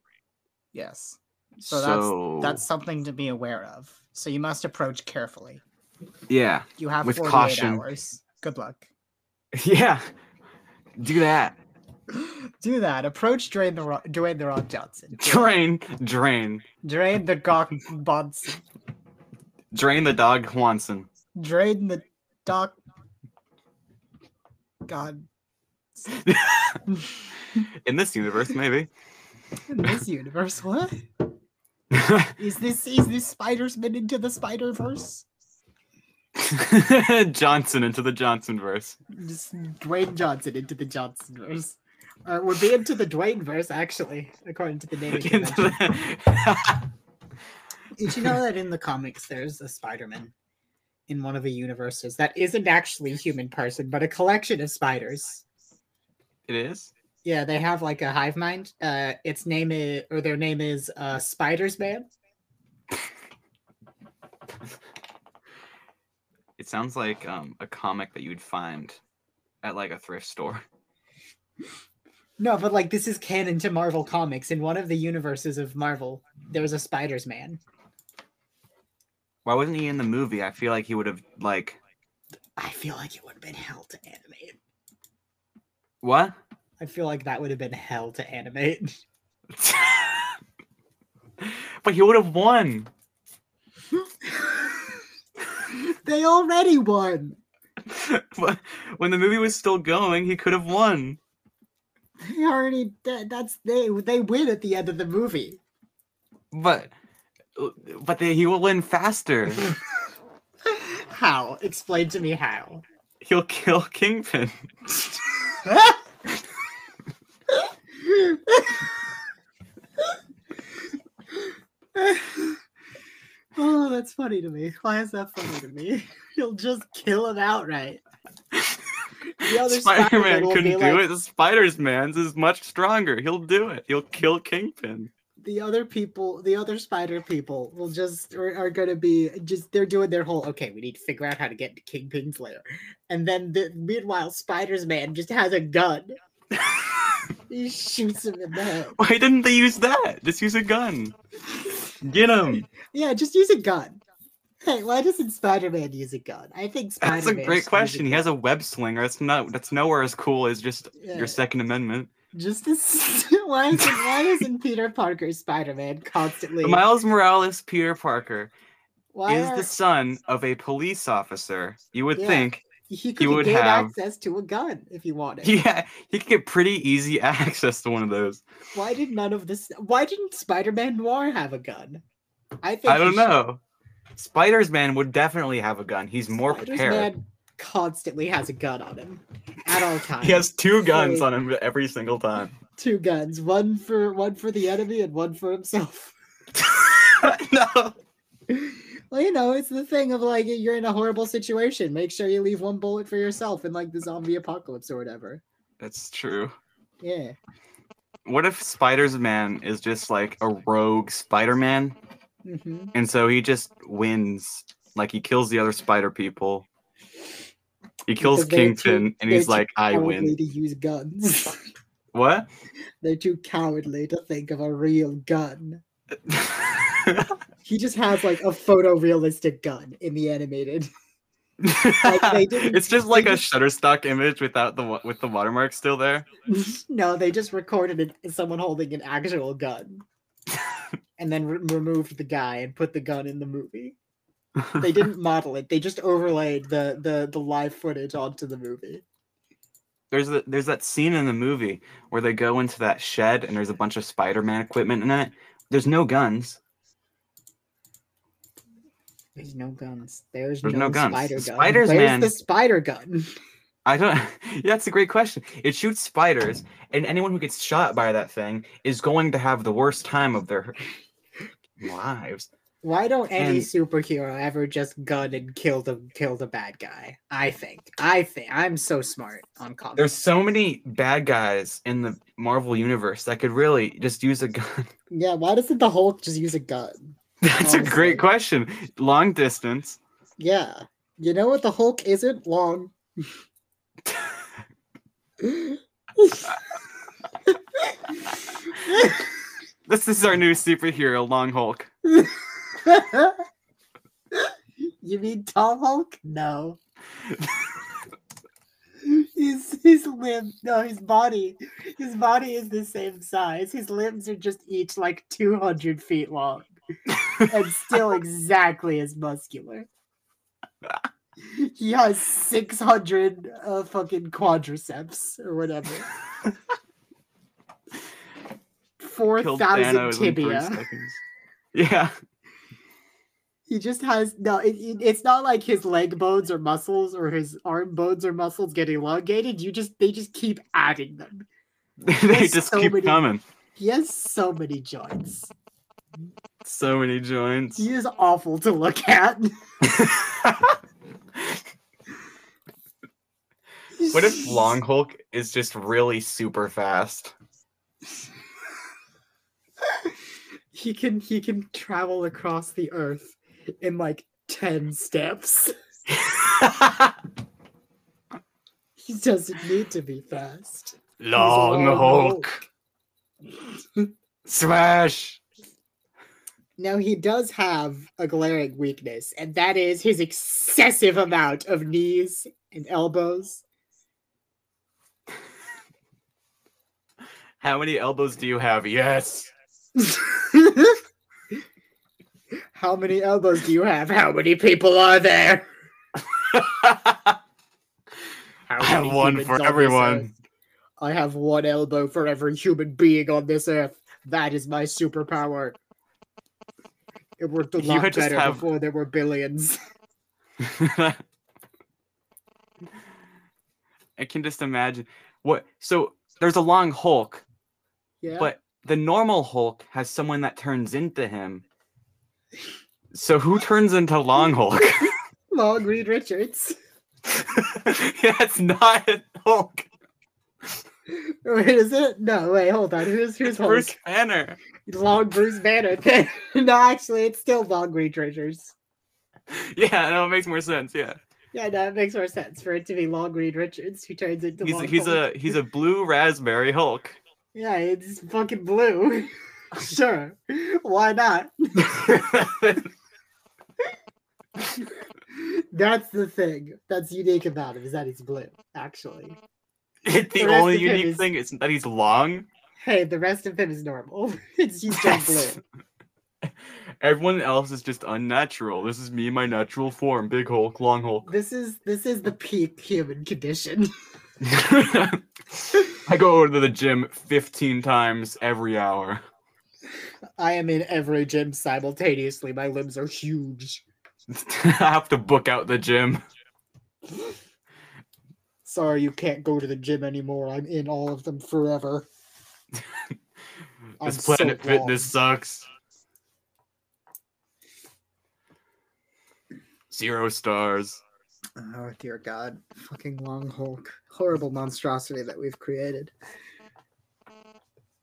Speaker 2: Yes, So
Speaker 1: So,
Speaker 2: that's- that's something to be aware of. So you must approach carefully.
Speaker 1: yeah.
Speaker 2: You have
Speaker 1: With
Speaker 2: forty-eight
Speaker 1: caution.
Speaker 2: hours. Good luck.
Speaker 1: <laughs> Yeah. Do that.
Speaker 2: Do that. Approach Dwayne the Rock, Dwayne the
Speaker 1: <laughs>
Speaker 2: Rock Johnson.
Speaker 1: Drain. Drain.
Speaker 2: Drain the Gawk Bonson.
Speaker 1: Drain the dog Swanson.
Speaker 2: Drain the Doc. God,
Speaker 1: In this universe, maybe.
Speaker 2: in this universe, <laughs> what? Is this is this Spider's been into the Spider Verse?
Speaker 1: <laughs> Johnson into the Johnson verse.
Speaker 2: Just Dwayne Johnson into the Johnson Verse. Uh, we're being to the Dwayne Verse, actually, according to
Speaker 1: <laughs>
Speaker 2: the naming
Speaker 1: Into
Speaker 2: convention.
Speaker 1: the-
Speaker 2: Did you know that in the comics there's a Spider-Man in one of the universes that isn't actually a human person, but a collection of spiders.
Speaker 1: <laughs> it is.
Speaker 2: Yeah, they have like a hive mind. Uh, its name is, or their name is, uh, Spider's Man.
Speaker 1: It sounds like um, a comic that you'd find at like a thrift store.
Speaker 2: No, but like this is canon to Marvel Comics. In one of the universes of Marvel, there's a Spider's Man.
Speaker 1: Why wasn't he in the movie? I feel like he would have like
Speaker 2: I feel like it would have been hell to animate.
Speaker 1: what?
Speaker 2: I feel like that would have been hell to animate.
Speaker 1: <laughs>
Speaker 2: <laughs>
Speaker 1: but he would have won.
Speaker 2: they already won.
Speaker 1: But <laughs> when the movie was still going, he could have won.
Speaker 2: They already that, that's they they win at the end of the movie.
Speaker 1: But but they, he will win faster.
Speaker 2: How? Explain to me how.
Speaker 1: <laughs> He'll kill Kingpin.
Speaker 2: oh, that's funny to me. Why is that funny to me? <laughs> He'll just kill him outright. The other Spider-Man
Speaker 1: Spider-Man
Speaker 2: will
Speaker 1: couldn't
Speaker 2: be
Speaker 1: do
Speaker 2: like-
Speaker 1: it. The Spider's Man's is much stronger. He'll do it. He'll kill Kingpin.
Speaker 2: the other people, the other spider people, will just are, are going to be just they're doing their whole okay. We need to figure out how to get to Kingpin's lair, and then the meanwhile, Spider's Man just has a gun. <laughs> he shoots him in the head.
Speaker 1: Why didn't they use that? Just use a gun. Get him.
Speaker 2: Yeah, just use a gun. Hey, why doesn't Spider Man use a gun? I think Spider Man.
Speaker 1: That's a great question. He has a web slinger. That's not. That's nowhere as cool as just your Second Amendment.
Speaker 2: Just this. <laughs> why isn't why isn't Peter Parker Spider Man constantly?
Speaker 1: Miles Morales, Peter Parker,
Speaker 2: why
Speaker 1: is
Speaker 2: are-
Speaker 1: the son of a police officer. You would
Speaker 2: Yeah.
Speaker 1: think,
Speaker 2: he could
Speaker 1: would
Speaker 2: gain
Speaker 1: have-
Speaker 2: access to a gun if he wanted.
Speaker 1: yeah, he could get pretty easy <laughs> access to one of those.
Speaker 2: Why did none of this? Why didn't Spider-Man Noir have a gun? I think
Speaker 1: I
Speaker 2: he
Speaker 1: don't
Speaker 2: should.
Speaker 1: know. Spider's Man would definitely have a gun. He's more prepared.
Speaker 2: Spider-Man constantly has a gun on him at all times.
Speaker 1: He has two guns
Speaker 2: Hey.
Speaker 1: on him every single time.
Speaker 2: two guns, one for one for the enemy and one for himself.
Speaker 1: no.
Speaker 2: Well, you know, it's the thing of like you're in a horrible situation. Make sure you leave one bullet for yourself in like the zombie apocalypse or whatever.
Speaker 1: That's true.
Speaker 2: Yeah.
Speaker 1: What if Spider's Man is just like a rogue Spider Man?
Speaker 2: hmm
Speaker 1: And so he just wins Like he kills the other spider people. He kills
Speaker 2: Because they're too-
Speaker 1: Kingpin, and
Speaker 2: they're
Speaker 1: he's
Speaker 2: too
Speaker 1: like, "I
Speaker 2: cowardly
Speaker 1: win."
Speaker 2: to use guns. <laughs>
Speaker 1: What?
Speaker 2: They're too cowardly to think of a real gun. He just has like a photorealistic gun in the animated. <laughs>
Speaker 1: <laughs>
Speaker 2: they didn't-
Speaker 1: it's just like a
Speaker 2: just-
Speaker 1: Shutterstock image without the wa- with the watermark still there. <laughs>
Speaker 2: no, they just recorded it, someone holding an actual gun, and then re- removed the guy and put the gun in the movie.
Speaker 1: <laughs>
Speaker 2: They didn't model it; they just overlaid the the the live footage onto the movie.
Speaker 1: there's the, there's that scene in the movie where they go into that shed and there's a bunch of Spider-Man equipment in it. There's no guns.
Speaker 2: There's no guns. There's,
Speaker 1: There's
Speaker 2: no,
Speaker 1: no guns.
Speaker 2: spider gun.
Speaker 1: The spiders,
Speaker 2: Where's
Speaker 1: man.
Speaker 2: the spider gun? <laughs>
Speaker 1: I don't. <laughs> Yeah, that's a great question. It shoots spiders, and anyone who gets shot by that thing is going to have the worst time of their <laughs> lives.
Speaker 2: Why don't any
Speaker 1: And-
Speaker 2: superhero ever just gun and kill the kill the bad guy? I think. I think I'm so smart on comics.
Speaker 1: There's so many bad guys in the Marvel universe that could really just use a gun. <laughs>
Speaker 2: Yeah, why doesn't the Hulk just use a gun?
Speaker 1: That's a
Speaker 2: Honestly.
Speaker 1: great question. Long distance.
Speaker 2: Yeah. You know what the Hulk
Speaker 1: <laughs>
Speaker 2: isn't long. <laughs>
Speaker 1: This is our new superhero, Long Hulk.
Speaker 2: <laughs> you mean Tom Hulk?
Speaker 1: <laughs>
Speaker 2: No. his his limb no his body his body is the same size. His limbs are just each like two hundred
Speaker 1: <laughs>
Speaker 2: feet long. and still exactly as muscular. He has six hundred uh, fucking quadriceps or
Speaker 1: <laughs>
Speaker 2: whatever. Four
Speaker 1: Killed
Speaker 2: thousand
Speaker 1: Thanos in three
Speaker 2: tibia.
Speaker 1: seconds. <laughs> Yeah.
Speaker 2: He just has no. It, it- it's not like his leg bones or muscles or his arm bones or muscles get elongated. You just they just keep adding them.
Speaker 1: they
Speaker 2: There's
Speaker 1: just
Speaker 2: so
Speaker 1: keep
Speaker 2: many-
Speaker 1: coming.
Speaker 2: He has so many joints.
Speaker 1: So many joints. <laughs>
Speaker 2: <laughs> He is awful to look at. <laughs>
Speaker 1: What if Long Hulk is just really super fast?
Speaker 2: He can he can travel across the earth in like ten steps. <laughs> He doesn't need to be fast.
Speaker 1: <laughs>
Speaker 2: He's Long
Speaker 1: smash.
Speaker 2: Now he does have a glaring weakness, and that is his excessive amount of knees and elbows.
Speaker 1: How many elbows do you have? Yes.
Speaker 2: <laughs> How many elbows do you have? How many people are there? <laughs> How
Speaker 1: I have
Speaker 2: many
Speaker 1: one
Speaker 2: humans
Speaker 1: for
Speaker 2: on this
Speaker 1: everyone.
Speaker 2: earth? I have one elbow for every human being on this earth. That is my superpower. It worked a
Speaker 1: You
Speaker 2: lot
Speaker 1: could just
Speaker 2: better
Speaker 1: have-
Speaker 2: before there were billions. <laughs>
Speaker 1: <laughs> I can just imagine what. So there's a long Hulk,
Speaker 2: Yeah.
Speaker 1: but the normal Hulk has someone that turns into him. So who turns into Long Hulk? <laughs>
Speaker 2: Long Reed Richards. <laughs>
Speaker 1: That's not <laughs> Hulk.
Speaker 2: Wait, is it? No, wait, hold on. Who's who's
Speaker 1: It's
Speaker 2: Hulk?
Speaker 1: Bruce Banner.
Speaker 2: Long Bruce
Speaker 1: <laughs>
Speaker 2: Banner. <laughs> no, actually, it's still Long Reed Richards.
Speaker 1: <laughs> Yeah, no, it makes more sense. Yeah,
Speaker 2: Yeah, no, it makes more sense for it to be Long Reed Richards who turns into
Speaker 1: he's
Speaker 2: Long
Speaker 1: he's
Speaker 2: Hulk.
Speaker 1: a he's a blue raspberry
Speaker 2: <laughs>
Speaker 1: Hulk. <laughs>
Speaker 2: Yeah, it's fucking blue. <laughs> sure. Why not? That's the thing that's unique about him is that he's blue, actually.
Speaker 1: the
Speaker 2: rest
Speaker 1: only
Speaker 2: of him
Speaker 1: unique
Speaker 2: is-
Speaker 1: thing is that he's long.
Speaker 2: Hey, the rest of him is normal. <laughs> it's he's just blue.
Speaker 1: <laughs> Everyone else is just unnatural. This is me, in my natural form, big Hulk, long Hulk. <laughs>
Speaker 2: This is this is the peak human condition. <laughs>
Speaker 1: I go to the gym 15 times every hour. <laughs>
Speaker 2: I am in every gym simultaneously. My limbs are huge.
Speaker 1: I have to book out the gym.
Speaker 2: Sorry you can't go to the gym anymore. I'm in all of them forever. I'm
Speaker 1: This
Speaker 2: so
Speaker 1: Planet Fitness
Speaker 2: wrong.
Speaker 1: sucks. Zero stars.
Speaker 2: Oh dear God! Fucking long Hulk, horrible monstrosity that we've created.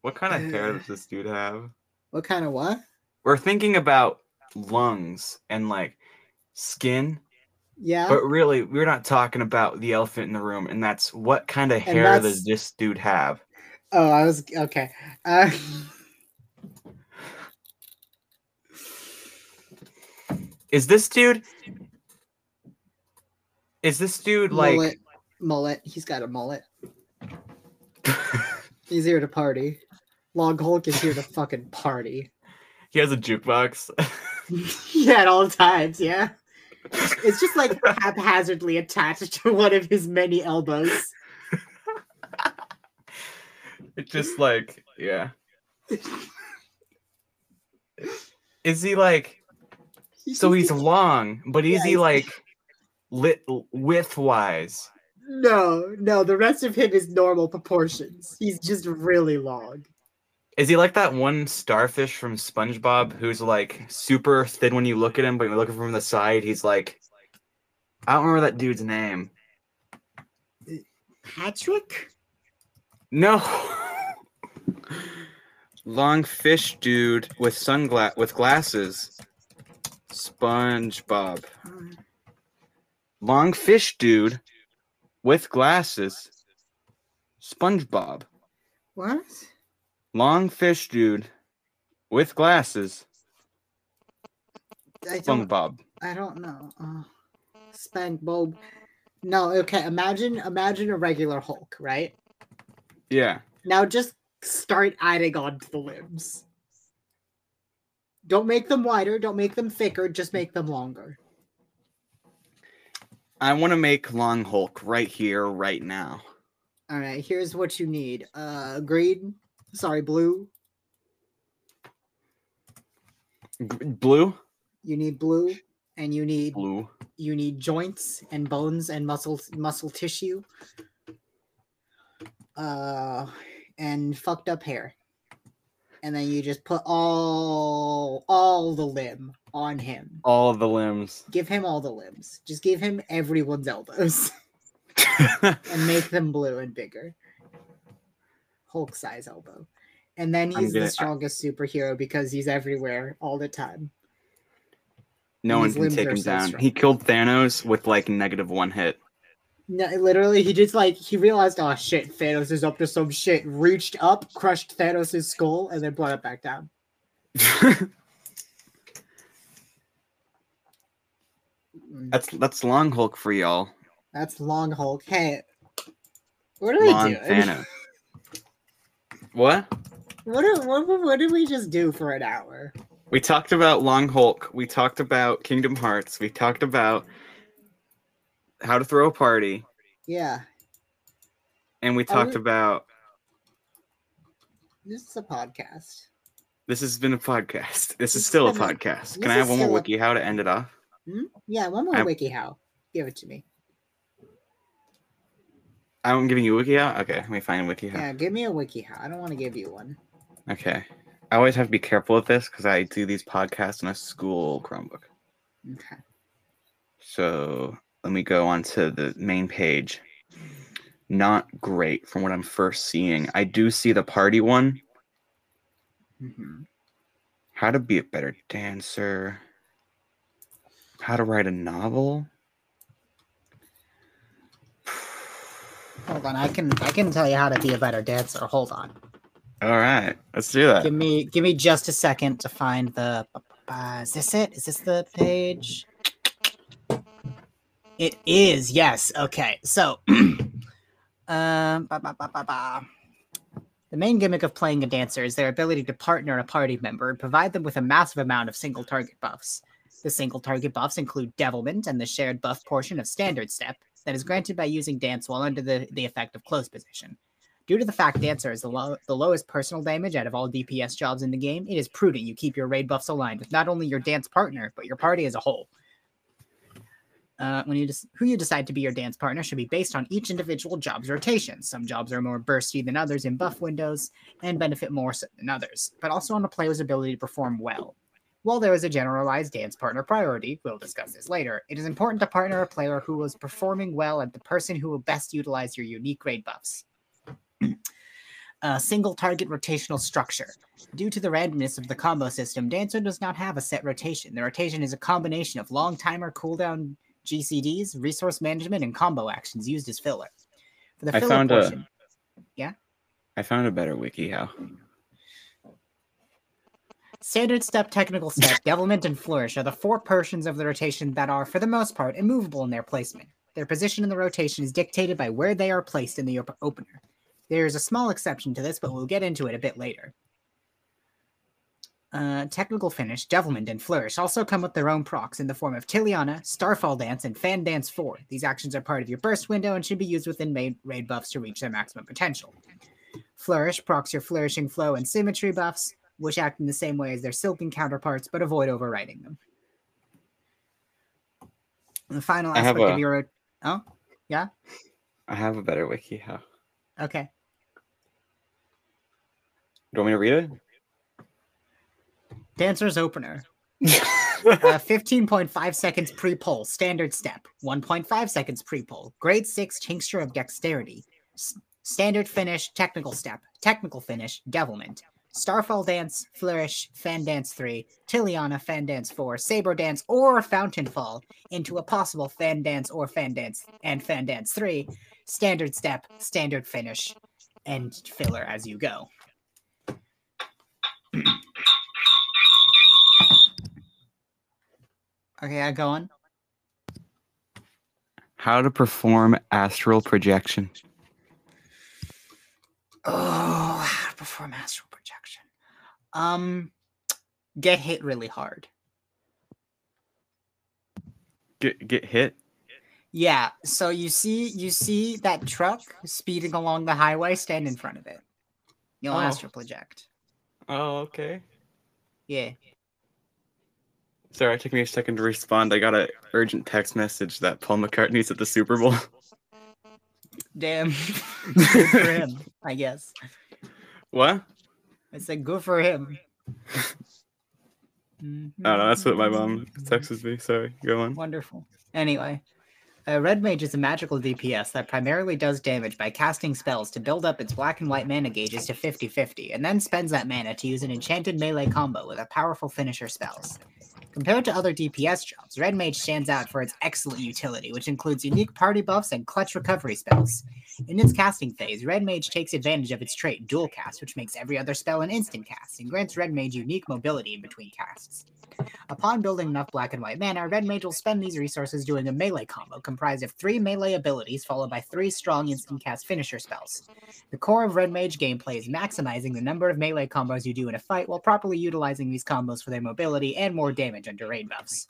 Speaker 1: What kind of hair
Speaker 2: <laughs>
Speaker 1: does this dude have?
Speaker 2: What kind of what?
Speaker 1: We're thinking about lungs and like skin.
Speaker 2: Yeah.
Speaker 1: But really, we're not talking about the elephant in the room, and that's what kind of
Speaker 2: And
Speaker 1: hair does
Speaker 2: that's-
Speaker 1: this dude have?
Speaker 2: oh, I was okay. Uh, <laughs>
Speaker 1: Is this dude? Is this dude like?
Speaker 2: mullet, mullet. He's got a <laughs> mullet. He's here to party. Long Hulk is here to fucking party.
Speaker 1: He has a jukebox. <laughs>
Speaker 2: <laughs> yeah, at all times. Yeah. It's just <laughs> like haphazardly attached to one of his many elbows.
Speaker 1: It's just like, yeah. Is he like? So
Speaker 2: <laughs>
Speaker 1: he's long, but is
Speaker 2: Yeah,
Speaker 1: he
Speaker 2: he's-
Speaker 1: like lit width wise?
Speaker 2: No, no, the rest of him is normal proportions. He's just really long.
Speaker 1: Is he like that one starfish from SpongeBob who's like super thin when you look at him, but when you look at him from the side, he's like, I don't remember that dude's name.
Speaker 2: Patrick?
Speaker 1: No. <laughs> Long fish dude with sunglass with glasses. SpongeBob. Long fish dude with glasses. SpongeBob.
Speaker 2: What?
Speaker 1: Long fish dude with glasses.
Speaker 2: I don't
Speaker 1: SpongeBob.
Speaker 2: I don't know. Uh, spank bulb. No, okay. Imagine imagine a regular Hulk, right?
Speaker 1: Yeah.
Speaker 2: Now just start adding on to the limbs. Don't make them wider, don't make them thicker, just make them longer.
Speaker 1: I want to make Long Hulk right here, right now.
Speaker 2: All right, here's what you need. Uh green, sorry, blue.
Speaker 1: G- blue?
Speaker 2: You need blue and you need
Speaker 1: Blue.
Speaker 2: you need joints and bones and muscle muscle tissue uh and fucked up hair and then you just put all all the limb on him
Speaker 1: All of the limbs.
Speaker 2: give him all the limbs just give him everyone's elbows <laughs> and make them blue and bigger hulk size elbow and then
Speaker 1: I'm
Speaker 2: he's
Speaker 1: gonna- I-
Speaker 2: the strongest superhero because he's everywhere all the time
Speaker 1: no one
Speaker 2: These
Speaker 1: can
Speaker 2: limbs
Speaker 1: take
Speaker 2: are
Speaker 1: him
Speaker 2: so
Speaker 1: down.
Speaker 2: strong.
Speaker 1: He killed Thanos with like negative one hit.
Speaker 2: No, literally, he just like he realized, oh shit, Thanos is up to some shit. Reached up, crushed Thanos' skull, and then brought it back down. Mm,
Speaker 1: that's that's Long Hulk for y'all.
Speaker 2: That's Long Hulk. Hey, what are we
Speaker 1: Long
Speaker 2: doing?
Speaker 1: Thanos. What?
Speaker 2: <laughs> What, are, what what what did we just do for an hour?
Speaker 1: We talked about Long Hulk. We talked about Kingdom Hearts. We talked about how to throw a party.
Speaker 2: Yeah,
Speaker 1: And we
Speaker 2: Are
Speaker 1: talked
Speaker 2: we-
Speaker 1: about
Speaker 2: this is a podcast.
Speaker 1: this has been a podcast. This is
Speaker 2: This
Speaker 1: still a
Speaker 2: has been a-
Speaker 1: podcast.
Speaker 2: this
Speaker 1: Can I have
Speaker 2: is
Speaker 1: one more
Speaker 2: still a-
Speaker 1: wiki how to end it off?
Speaker 2: Hmm? Yeah, one more
Speaker 1: I-
Speaker 2: wiki how. Give it to me.
Speaker 1: I'm giving you wiki how? Okay, let me find wiki
Speaker 2: Yeah,
Speaker 1: how.
Speaker 2: give me a wiki how. I don't want to give you one.
Speaker 1: Okay. I always have to be careful with this because I do these podcasts on a school Chromebook.
Speaker 2: Okay.
Speaker 1: So let me go on to the main page. Not great from what I'm first seeing. I do see the party one.
Speaker 2: Mhm.
Speaker 1: How to be a better dancer. How to write a novel. <sighs>
Speaker 2: Hold on, I can I can tell you how to be a better dancer. Hold on.
Speaker 1: All right, let's do that.
Speaker 2: give me give me just a second to find the uh, is this it is this the page it is yes okay so <clears throat> um ba, ba, ba, ba, ba. the main gimmick of playing a dancer is their ability to partner a party member and provide them with a massive amount of single target buffs the single target buffs include devilment and the shared buff portion of standard step that is granted by using dance while under the, the effect of close position Due to the fact Dancer is the, low, the lowest personal damage out of all DPS jobs in the game, it is prudent you keep your raid buffs aligned with not only your dance partner, but your party as a whole. Uh, when you des- who you decide to be your dance partner should be based on each individual job's rotation. Some jobs are more bursty than others in buff windows and benefit more so than others, but also on a player's ability to perform well. While there is a generalized dance partner priority, we'll discuss this later, it is important to partner a player who is performing well and the person who will best utilize your unique raid buffs. <clears throat> a single target rotational structure. Due to the randomness of the combo system, Dancer does not have a set rotation. The rotation is a combination of long timer, cooldown GCDs, resource management, and combo actions used as filler. For the
Speaker 1: I found a-
Speaker 2: Yeah?
Speaker 1: I found a better wiki how.
Speaker 2: Standard step, technical step, devilment, and flourish are the four portions of the rotation that are, for the most part, immovable in their placement. Their position in the rotation is dictated by where they are placed in the op- opener. There is a small exception to this, but we'll get into it a bit later. Uh, technical finish, devilment, and flourish also come with their own procs in the form of Tiliana, Starfall Dance, and Fan Dance 4. These actions are part of your burst window and should be used within main raid buffs to reach their maximum potential. Flourish procs your flourishing flow and symmetry buffs which act in the same way as their silken counterparts, but avoid overriding them. And the final
Speaker 1: I have
Speaker 2: aspect
Speaker 1: a-
Speaker 2: of your ro- oh
Speaker 1: I have a better wiki how. Do
Speaker 2: okay
Speaker 1: you want me to read
Speaker 2: dancer's opener <laughs>
Speaker 1: it?
Speaker 2: uh, 15.5 seconds pre-pull standard step 1.5 seconds pre-pull grade 6 tincture of dexterity S- standard finish technical step technical finish devilment starfall dance flourish fan dance 3 tiliana fan dance 4 saber dance or fountain fall into a possible fan dance or fan dance and fan dance 3 standard step standard finish and filler as you go okay i go on
Speaker 1: how to perform astral projection.
Speaker 2: Oh, <sighs> how to perform astral projection. Um, get hit really hard.
Speaker 1: Get get hit.
Speaker 2: Yeah. So you see, you see that truck speeding along the highway. Stand in front of it. You'll
Speaker 1: Oh.
Speaker 2: astral project.
Speaker 1: Oh, okay.
Speaker 2: Yeah.
Speaker 1: Sorry, it took me a second to respond. I got an urgent text message that Paul McCartney's at the Super Bowl. <laughs>
Speaker 2: Damn. <laughs> good for him, I guess.
Speaker 1: what?
Speaker 2: I said good for him.
Speaker 1: <laughs> I don't know. That's what my mom
Speaker 2: Mm-hmm.
Speaker 1: texted me. Sorry. Go on.
Speaker 2: Wonderful. Anyway, a red mage is a magical DPS that primarily does damage by casting spells to build up its black and white mana gauges to 50 50, and then spends that mana to use an enchanted melee combo with a powerful finisher spells. Compared to other DPS jobs, Red Mage stands out for its excellent utility, which includes unique party buffs and clutch recovery spells. In its casting phase, Red Mage takes advantage of its trait Dual Cast, which makes every other spell an instant cast, and grants Red Mage unique mobility in between casts. Upon building enough black and white mana, Red Mage will spend these resources doing a melee combo comprised of three melee abilities followed by three strong instant cast finisher spells. The core of Red Mage gameplay is maximizing the number of melee combos you do in a fight while properly utilizing these combos for their mobility and more damage under raid buffs.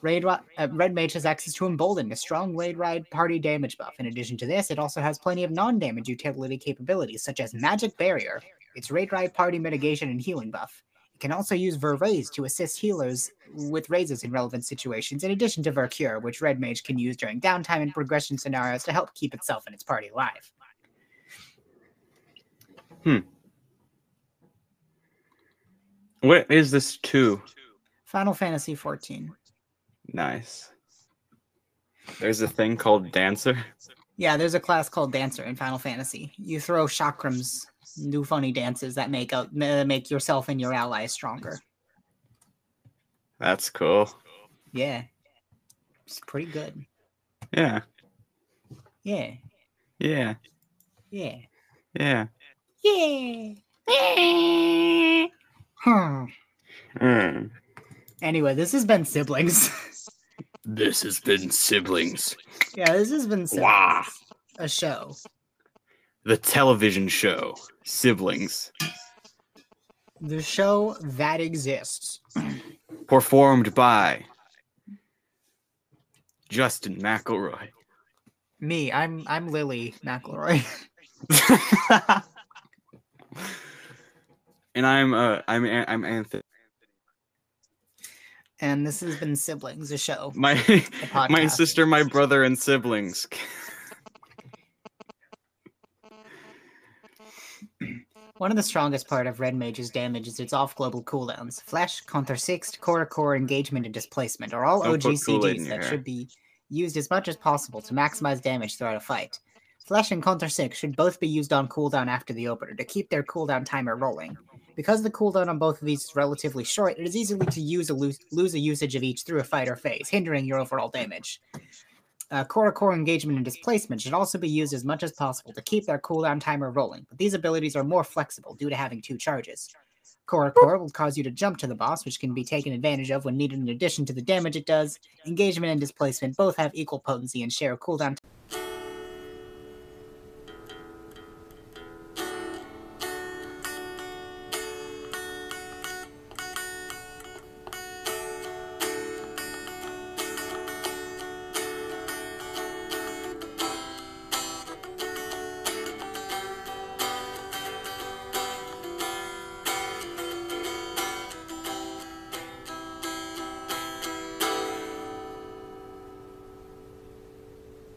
Speaker 2: Raid, ri- uh, Red Mage has access to Embolden, a strong raid ride party damage buff. In addition to this, it also has plenty of non damage utility capabilities such as Magic Barrier, its raid ride party mitigation and healing buff. It can also use Verraise to assist healers with raises in relevant situations, in addition to Vercure, which Red Mage can use during downtime and progression scenarios to help keep itself and its party alive.
Speaker 1: What is this two?
Speaker 2: Final Fantasy XIV.
Speaker 1: Nice. There's a thing called dancer.
Speaker 2: Yeah, there's a class called Dancer in Final Fantasy. You throw chakrams, new funny dances that make out uh, make yourself and your allies stronger.
Speaker 1: That's cool.
Speaker 2: Yeah, it's pretty good.
Speaker 1: Yeah.
Speaker 2: Yeah,
Speaker 1: Yeah.
Speaker 2: yeah,
Speaker 1: Yeah.
Speaker 2: yeah. <laughs> Hmm.
Speaker 1: Mm.
Speaker 2: Anyway, this has been siblings. <laughs>
Speaker 1: This has been siblings.
Speaker 2: yeah, this has been siblings.
Speaker 1: Wah.
Speaker 2: a show.
Speaker 1: The television show. Siblings.
Speaker 2: The show that exists.
Speaker 1: Performed by Justin McElroy. <laughs>
Speaker 2: Me, I'm I'm Lily McElroy.
Speaker 1: and I'm uh I'm An- I'm Anthony.
Speaker 2: <laughs> and this has been Siblings, <laughs> a show.
Speaker 1: My
Speaker 2: A podcast.
Speaker 1: my sister, my brother, and siblings.
Speaker 2: One of the strongest part of Red Mage's damage is its off-global cooldowns. Flash, Counter Sixed, Core Core, Engagement, and Displacement are all
Speaker 1: Don't put Kool-Aid in your
Speaker 2: OGCDs that
Speaker 1: hair.
Speaker 2: should be used as much as possible to maximize damage throughout a fight. Flash and Counter 6 should both be used on cooldown after the opener to keep their cooldown timer rolling. Because the cooldown on both of these is relatively short, it is easy to use a lose, lose a usage of each through a fight or phase, hindering your overall damage. Uh, core to core engagement and displacement should also be used as much as possible to keep their cooldown timer rolling, but these abilities are more flexible due to having two charges. Core to core will cause you to jump to the boss, which can be taken advantage of when needed in addition to the damage it does. Engagement and displacement both have equal potency and share a cooldown. T-